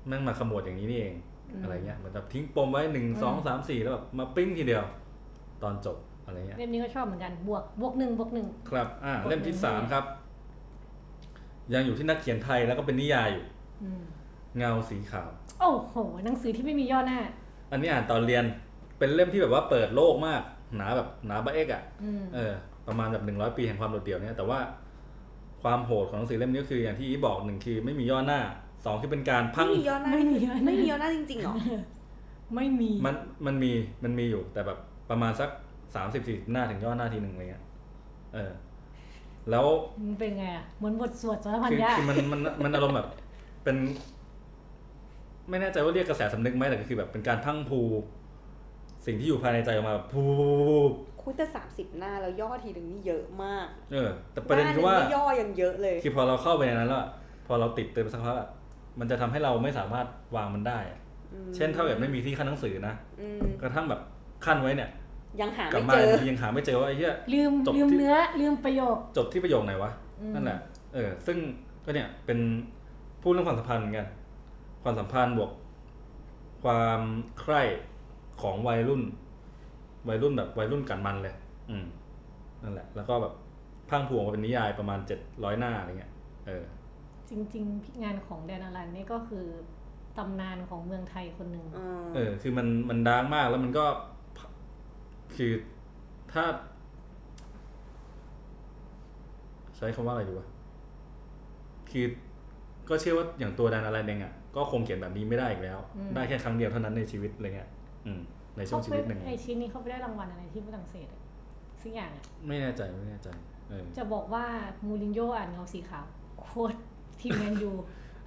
แม่งมาขมวดอย่างนี้นี่เอง
อืม
อะไรเงี้ยเหมือนแบบทิ้งปมไว้หนึ่งสองสามสี่แล้วแบบมาปิ้งทีเดียว ตอนจบอะไรเงี้ย
เล่มนี้ก็ชอบเหมือนกันบวกบวกหนึ่งบวกหนึ่ง
ครับ อ่า
บท
เล่มที่
หนึ่ง
สามครับ ยังอยู่ที่นักเขียนไทยแล้วก็เป็นนิยายอยู่
อืม
เงาสีขาว
โอ้โหหนังสือที่ไม่มีย่อหน้า
อันนี้อ่านตอนเรียน เป็นเล่มที่แบบว่าเปิดโลกมาก หนาแบบหนาบะเอกอะ
อืม
เออ ประมาณแบบหนึ่งร้อยปีแห่งความโดดเดี่ยวเนี่ย แต่ว่าความโหดของหนังสือเล่มนี้ก็คืออย่างที่อีบอกหนึ่งคือไม่มีย่อหน้า สองคือเป็นการพั
ไม่
ง
มีย้อนหน้า
ไม่มีย่อหน้า
ไม่มีย้อนหน้าจริงๆหรอ
ไม่มี
มัน มันมี มันมีอยู่ แต่แบบประมาณสักสามสิบสี่หน้าถึงย่อหน้าทีหนึ่งอะไรเงี้ย เออ แล้ว
มันเป็นไงอ่ะเหมือนบทสวดสารพัน
คือ
ญา
คือมันมันมันอารมณ์แบบเป็น ไม่แน่ใจว่าเรียกกระแสสำนึกไหมแต่ก็คือแบบเป็นการพรังพรูสิ่งที่อยู่ภายในใจออกมาแบบพู
คุยแต่สามสิบหน้าแล้วย่อทีหนึ่งนี่เยอะมาก
เออ แต่ประเด็น
หาห
คือว่า
งนี่ย่อยังเยอะเลย
คือพอเราเข้าไปในนั้นแล้วอะพอเราติดเต็มสักพักอะมันจะทำให้เราไม่สามารถวางมันได้อะ
อืม
เช่นถ้าแบบไม่มีที่ขั้นหนังสือนะ
อืม
กระทั่งแบบขั้นไว้เนี่ย
ยังหาก
ลับ
ไม่
มา
เจอ
ยังหาไม่เจอว่าไอ้เหี้ย
ลืม
จบ
ลืม
ที่
เนื้อลืมประโยค
จบที่ประโยคไหนวะ
อืม
นั่นแหละ เออ ซึ่งก็เนี่ยเป็นพูดเรื่องความสัมพันธ์เหมือนกัน ความสัมพันธ์บวก ความใคร่ของวัยรุ่น วัยรุ่นแบบวัยรุ่นกันมันเลย อืม นั่นแหละ แล้วก็แบบพรังพรูออกมาเป็นนิยายประมาณเจ็ดร้อยหน้าอะไรเงี้ย เออ
จริงๆงานของแดนอลันนี่ก็คือตำนานของเมืองไทยคนหนึ่ง
เออ คือมันมันดาร์กมากแล้วมันก็ คือถ้า ใช้คำว่าอะไรดีวะ คือก็เชื่อว่าอย่างตัวแดนอะไรเองอ่ะ ก็คงเขียนแบบนี้ไม่ได้อีกแล้ว
อืม
ได้แค่ครั้งเดียวเท่านั้นในชีวิตอะไรเงี้ยอืม ในช่วงชีวิตหนึ่ง
ไอชิ้นนี้เขาไปได้รางวัลอะไรที่ฝรั่งเศสอะสักอย่างอะ
ไม่แน่ใจไม่แน่ใจ เออ
จะบอกว่ามูรินโญ่อ่านเงาสีขาวโคตรทีมแมน ยู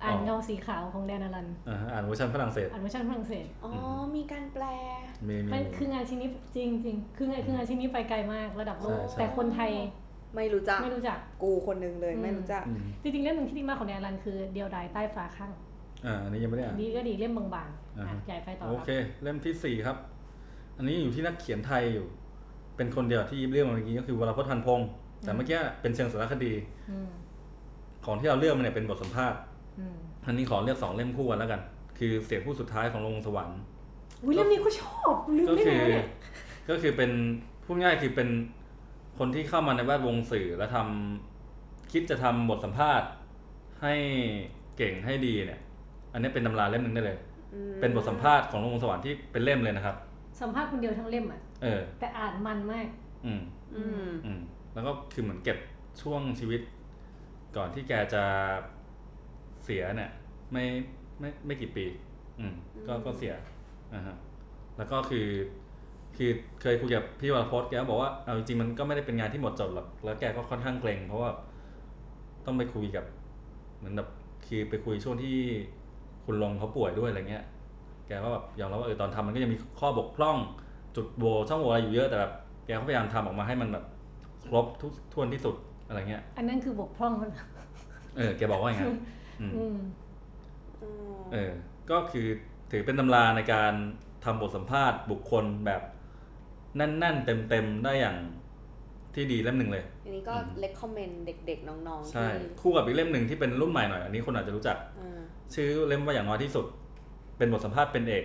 อ่านเงาสีขาวของแดนอลัน
อ่าฮะอ่านเวอร์ชันฝรั่งเศส
อ่านเวอร์ชันฝรั่งเศส
อ๋อ มีการแปล
มีมี
มัน
มี
คืองานชิ้นนี้จริงจริงๆคืองานคืองานชิ้นนี้ไปไกลมากระดับโลก
ใช่ใช่
แต่คนไทย
ไม่รู้จัก
ไม่รู้จัก
กูคนนึงเลย
อืม
ไม่รู้จัก
อืม
จริงๆเล่มหนึ่งที่ดีมากของแดนอลันคือเดียวดายใต้ฟ้าข้าง
อ่า อันนี้ยังไม่ได้อ่าน
ดีก็ดีเล่มบางๆ
อ่า
อ่ะ
ฮะ
ใหญ่ไปต่อ
โอ
ครับ
เค เล่มที่สี่ครับ อันนี้อยู่ที่นักเขียนไทยอยู่ เป็นคนเดียวที่เรื่องมาเมื่อกี้ก็คือวรพจน์พันธุ์พงศ์แต่เมื่อกี้เป็นเชิงสารคดี
อืม
ของที่เราเลือกมาเนี่ยเป็นบทสัมภาษณ์
อืม
อันนี้ขอเลือกสองเล่มคู่กันแล้วกัน คือเสียงผู้สุดท้ายของลงสวรรค์
อุ้ยเล่มนี้ก็ชอบลืม
ก็
ได้
คื
ไงเนี่ย
ก็คือเป็นพูดง่ายคือเป็นคนที่เข้ามาในแวดวงสื่อแล้วทำคิดจะทำบทสัมภาษณ์ ให้เก่งให้ดีเนี่ย อันนี้เป็นตำราเล่มหนึ่งได้เลย
อืม
เป็นบทสัมภาษณ์ของลงสวรรค์ที่เป็นเล่มเลยนะครับ
สัมภาษณ์คนเดียวทั้งเล่มอ่ะ
เออ
แต่อ่านมันมาก
อืม
อืม
อืมแล้วก็คือเหมือนเก็บช่วงชีวิต ก่อนที่แกจะเสียเนี่ย ไม่ไม่ไม่กี่ปี อืม ก็
อืม
ก็เสียอ่าฮะแล้วก็คือ คือเคยคุยกับพี่วรพจน์แกก็บอกว่าเอาจริงๆมันก็ไม่ได้เป็นงานที่หมดจดหรอกแล้วแกก็ค่อนข้างเกรงเพราะว่าต้องไปคุยกับ เหมือนแบบคือไปคุยช่วงที่คุณลงเขาป่วยด้วยอะไรเงี้ย แกก็แบบยอมรับว่าเออตอนทำมันก็ยังมีข้อบกพร่อง จุดโหวช่องโหว่อะไรอยู่เยอะแต่แบบแกก็พยายามทำออกมาให้มันแบบครบทุกท่วนที่สุดอะไรเงี้ย
อันนั้นคือบกพร่องมัน
เออแกบอกว่าอย่างนั้นอื ม
อืม
อ๋อ
เออ ก็คือถือเป็นตำราในการทำบทสัมภาษณ์บุคคลแบบแน่นๆเต็มๆได้อย่างที่ดีเล่มหนึ่งเลย
อันนี้ก็
อืม
เล c คอมเมนต์เด็กๆ น้องๆ
ใช่
ที่
คู่กับอีกเล่มหนึ่งที่เป็นรุ่นใหม่หน่อยอันนี้คนอาจจะรู้จัก
อ่า
ชื่อเล่มว่าอย่างน้อยที่สุด เป็นบทสัมภาษณ์เป็นเอก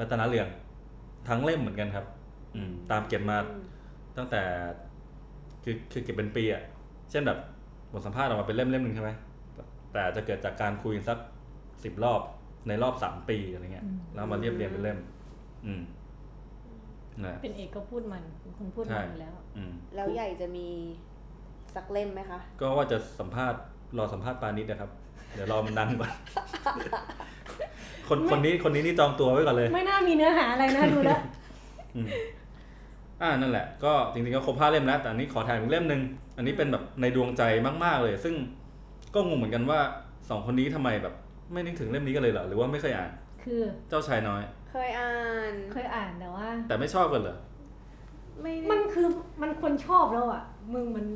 รัตนเรือง ทั้งเล่มเหมือนกันครับ อืม ตามเก็บมา
อืม
ตั้งแต่ คือคือเก็บเป็นปีอะเช่นแบบบทสัมภาษณ์ออกมาเป็นเล่มเล่มหนึ่งใช่ไหมแต่จะเกิดจากการคุยกันสักสิบรอบในรอบสามปีอะไรเงี้ยแล้วมาเรียบเรียงเป็นเล่ม อืมนะ
เป็นเอกก็พูดมันเป็นคนพูด
ใช่
มันอยู่แล้ว
อืม
แล้วใหญ่จะมีสักเล่มไหมคะ
ก็ว่าจะสัมภาษณ์รอสัมภาษณ์ปานิดนะครับ เดี๋ยวรอมันดังก่อน คนคนนี้คนนี้นี่จองตัวไว้ก่อนเลย
ไม่น่ามีเนื้อหาอะไรนะดูแล้ว
อืมอ่านั่นแหละก็จริงๆก็ครบห้าเล่มแล้วแต่อันนี้ขอถ่ายอีกเล่มหนึ่งอันนี้เป็นแบบในดวงใจมากๆเลย ซึ่งก็งงเหมือนกันว่าสองคนนี้ทำไมแบบ ไม่นึกถึงเล่มนี้กันเลยเหรอหรือว่าไม่เคยอ่าน
คือ
เจ้าชายน้อย
เคยอ่าน
เคยอ่านแต่ว่า
แต่ไม่ชอบกันเหรอ
ไม่ได้
มันคือมันคนชอบแล้วอ่ะ มึงมัน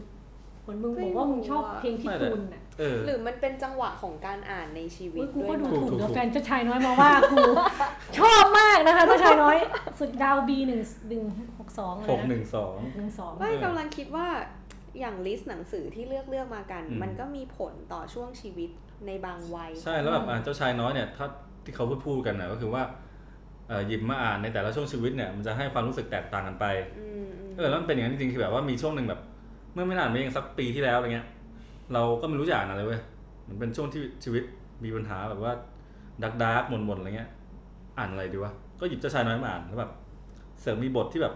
เหมือนมึง
ไม่
บอกว่ามึงชอบ
รู้อะ
เพลงพี่ตูนอ่ะ
เออ
หรือมันเป็นจังหวะของการอ่านในชีวิ
อุ๊
ต
ยกู
ด้ว
ก็
ย
ดู
มั้ง
ถูกถู
ถูก
ก
เดี๋ยวแฟนเจ้าชายน้อยมาว่ากู ชอบมากนะคะเจ้าชายน้อย สุดดาวบีหนึ่งหนึ่งหกสอง
หกหนึ่งสอง
หนึ่งสอง
ไม่กำลังคิดว่าอย่างลิสต์หนังสือที่เลือกเลือกมากัน
อืม
มันก็มีผลต่อช่วงชีวิตในบางวัย
ใช่แล้วแบบอ่านเจ้าชายน้อยเนี่ยถ้าที่เขาพูดพูดกันนะก็คือว่าเอ่อหยิบมาอ่านในแต่ละช่วงชีวิตเนี่ยมันจะให้ความรู้สึกแตกต่างกันไป
อืมอืม
เออแล้วมันเป็นอย่างนั้นจริงๆคือแบบว่ามีช่วงหนึ่งแบบ เมื่อไม่นานมาเองสักปีที่แล้วอะไรเงี้ย เราก็ไม่รู้จะอ่านอะไรเว้ยมันเป็นช่วงที่ชีวิตมีปัญหาแบบว่าดักดักหม่นหม่นๆอะไรเงี้ย อ่านอะไรดีวะก็หยิบเจ้าชายน้อยมาอ่านแล้วแบบเสริมมีบทที่แบบ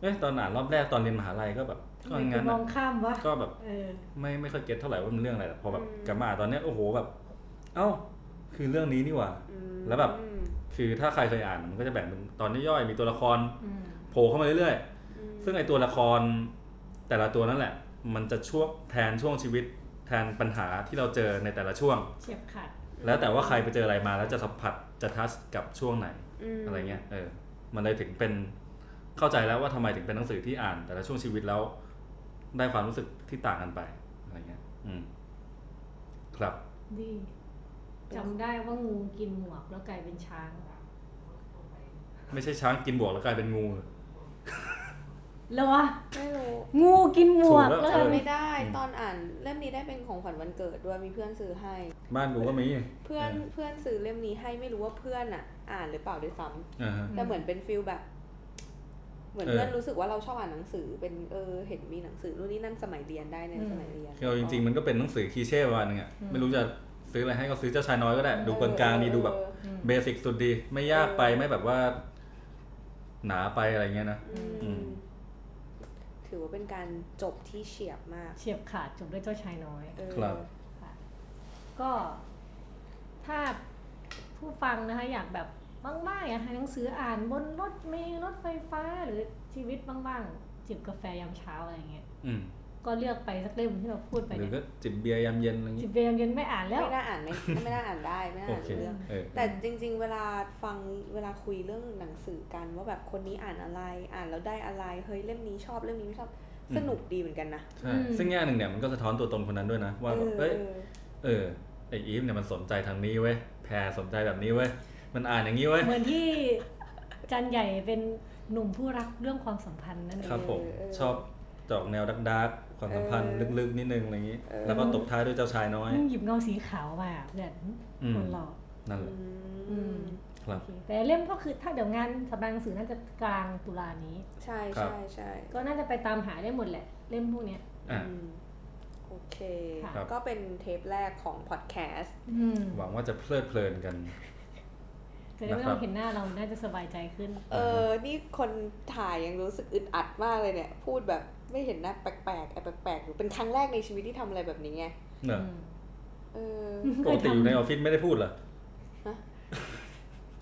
เอ้ยตอนอ่านรอบแรกตอนเรียนมหาลัยก็แบบ
ทำ
ก็
ไม
งั้น
กูม
อะ
องข้ามวะ
ก็แบบ
เออ
ไม่ไม่ค่อยเก็ตเท่าไหร่ว่ามันเรื่องอะไรแต่พอแบบกลับมาอ่านตอนเนี้ยโอ้โหแบบ เอ้าคือเรื่องนี้นี่หว่า
อืม
แล้วแบบ
อืม
คือถ้าใครเคยอ่านมันก็จะแบ่งเป็นตอนย่อยๆมีตัวละคร
อืม
โผล่เข้ามาเรื่อยๆ
อืม
ซึ่งไอตัวละครแต่ละตัวนั่นแหละ มันจะช่วงแทนช่วงชีวิต แทนปัญหาที่เราเจอในแต่ละช่วง
เฉียบขาด
แล้วแต่ว่าใครไปเจออะไรมาแล้วจะสัมผัสจะทัชกับช่วงไหน
ม
อะไรเงี้ยเออมันเลยถึงเป็นเข้าใจแล้วว่าทำไมถึงเป็นหนังสือที่อ่าน แต่ละช่วงชีวิตแล้ว ได้ความรู้สึกที่ต่างกันไปอะไรเงี้ยอืมครับ
ดีจำได้ว่างูกินหมวกแล้วกลายเป็นช้าง
ไม่ใช่ช้างกินบวกแล้วกลายเป็นงู
แล้ววะ
ไม่รู้
งูกินหมวก
ถูกแล้
แล้
ว
วกลายเป็
ไม่
น
ได้
อืม
ตอนอ่านเล่มนี้ได้เป็นของขวัญวันเกิดด้วยมีเพื่อนซื้อให้
บ้านกูก็มี
เพื่อนเพื่อนซื้อเล่มนี้ให้ไม่รู้ว่าเพื่อนอ่ะ อ่านหรือเปล่าด้วยซ้ำ
อ่าฮะ
แต่เหมือนเป็นฟิลแบบ เหมือน
เออ
เพื่อนรู้สึกว่าเราชอบอ่านหนังสือ เป็นเออเห็นมีหนังสือนู่นนี่นั่นสมัยเรียนได้ในสมัยเรียน
คือเอาจริงๆมันก็เป็นหนังสือคีเช่ประมาณนึงอะไม่รู้จะซื้ออะไรให้ก็ซื้อเจ้าชายน้อยก็ได้ ดูกลางๆดีดูแบบ
เออ
อืม
เบสิกสุดดีไม่ยากไปไม่แบบว่า หนาไปอะไรเงี้ยนะ
อืม
อืม
ถือว่าเป็นการจบที่เฉียบมาก
เฉียบขาดจบด้วยเจ้าชายน้อย
เออ
ครับ
ค่ะก็ถ้าผู้ฟังนะคะอยากแบบบ้างๆอยากหาหนังสืออ่านบนรถเมล์รถไฟฟ้าหรือชีวิตบ้างๆจิบกาแฟยามเช้าอะไรเงี้ย
อืม
ก็เลือกไปสักเล่มที่เราพูดไป
หรือ
เนี่ย
ก็จิบเบียร์ยามเย็นอะไร
จิ
เงี้
บ
ย
เบียร์เย็นไม่อ่านแล้ว
ไม่น่าอ่านไม่ไม่น่าอ่านได้ไม่น่า
โอ
อ่าน
เค
เรื่อง
เออ
แต่จริงๆ เวลาฟังเวลาคุยเรื่องหนังสือกันว่าแบบคนนี้อ่านอะไรอ่านแล้วได้อะไรเฮ้ยเล่มนี้ชอบเล่มนี้ไม่ชอบสนุกดีเหมือนกันนะ
ใช่
อืม
ซึ่งแง่หนึ่งเนี่ยมันก็สะท้อนตัวตนคนนั้นด้วยนะ ว่าแบบ
เอ
เอ้ย
อ
เออไออีฟเนี่ยมันสนใจทางนี้เว้ยแพรสนใจแบบนี้เว้ยมันอ่านอย่างนี้เว้ย
เหมือนที่จันใหญ่เป็นหนุ่มผู้รักเรื่องความสัมพันธ์นั่นเอ
ค
ง
รับผมชอบจอกแนวดักๆความสัมพันธ์ลึกๆนิดนึงอะไรอย่างนี้ แล้วก็ตบท้ายด้วยเจ้าชายน้อย
มึงหยิบเงาสีขาวมาเพื่อน
อืม
คนหล่อ
นั่นแห
อื
ละ
ม
ครับ
โอเคแต่เล่มก็คือถ้าเดี๋ยวงานสำนักหนังสือน่าจะกลางตุลานี้
ใช่
ครับ
ใช่ใช่
ก็น่าจะไปตามหาได้หมดแหละ เล่มพวกเนี้ย
อ่ะ
อืมโอเค
ค่ะ
ครับ
ก็เป็นเทปแรกของพอดแคสต์
อืม
หวังว่าจะเพลิดเพลินกัน
จะได้ไม่ต้องเห็นหน้าเราน่าจะสบายใจขึ้น
เออนี่คนถ่ายยังรู้สึกอึดอัดมากเลยเนี่ย พูดแบบไม่เห็นหน้าแปลกๆแอบแปลกๆอยู่เป็นครั้งแรกในชีวิตที่ทำอะไรแบบนี้ไง
เนอะ
เออ
ปกติอยู่ในออฟฟิศไม่ได้พูดเหรอ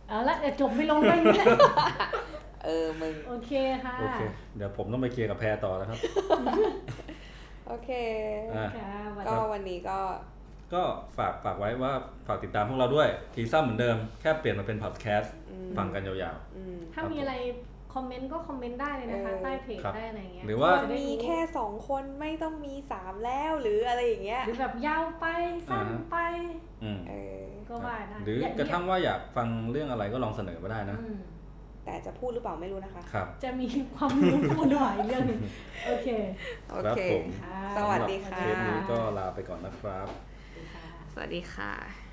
เอาละแต่จบไม่ลงไปนี่ แหละ
เออมึง
โอเคค่ะ
โอเค เดี๋ยวผมต้องไปเคลียร์กับแพรต่อแล้วครับ
โอเค
อ่ะ
ค่ะวัน
ก็วันนี้ก็
ก็ฝากฝากไว้ว่าฝากติดตามพวกเราด้วย ทีซ้ำเหมือนเดิม แค่เปลี่ยนมาเป็นพอดแคสต์
อืม
ฟังกันยาว
อืม
ถ้ามีอะไรคอมเมนต์ก็คอมเมนต์ได้เลยนะคะ
เออ
ใต้เพจ
ครับ
ได้อะไรเงี้
ๆ
ย
หรือว่า
คนมีแค่สองคนไม่ต้องมีสามแล้วหรืออะไรอย่างเงี้ย
หรือแบบยาวไปสั้นไป
อืม
เออ
ก็ว่าได้
หรือกระทั่งว่าอยากฟังเรื่องอะไรก็ลองเสนอมาได้นะ
อืม
แต่จะพูดหรือเปล่าไม่รู้นะคะ
ครับ
จะมีความรู้ พูดหน่อยเรื่องหนึงโอเค
โอ
ครับ
เค
ผม
ค่ะ
สวัสดี
สำหรับเทปนี้ก็ลาไปก่อนนะครับ
สวัสดีค่ะ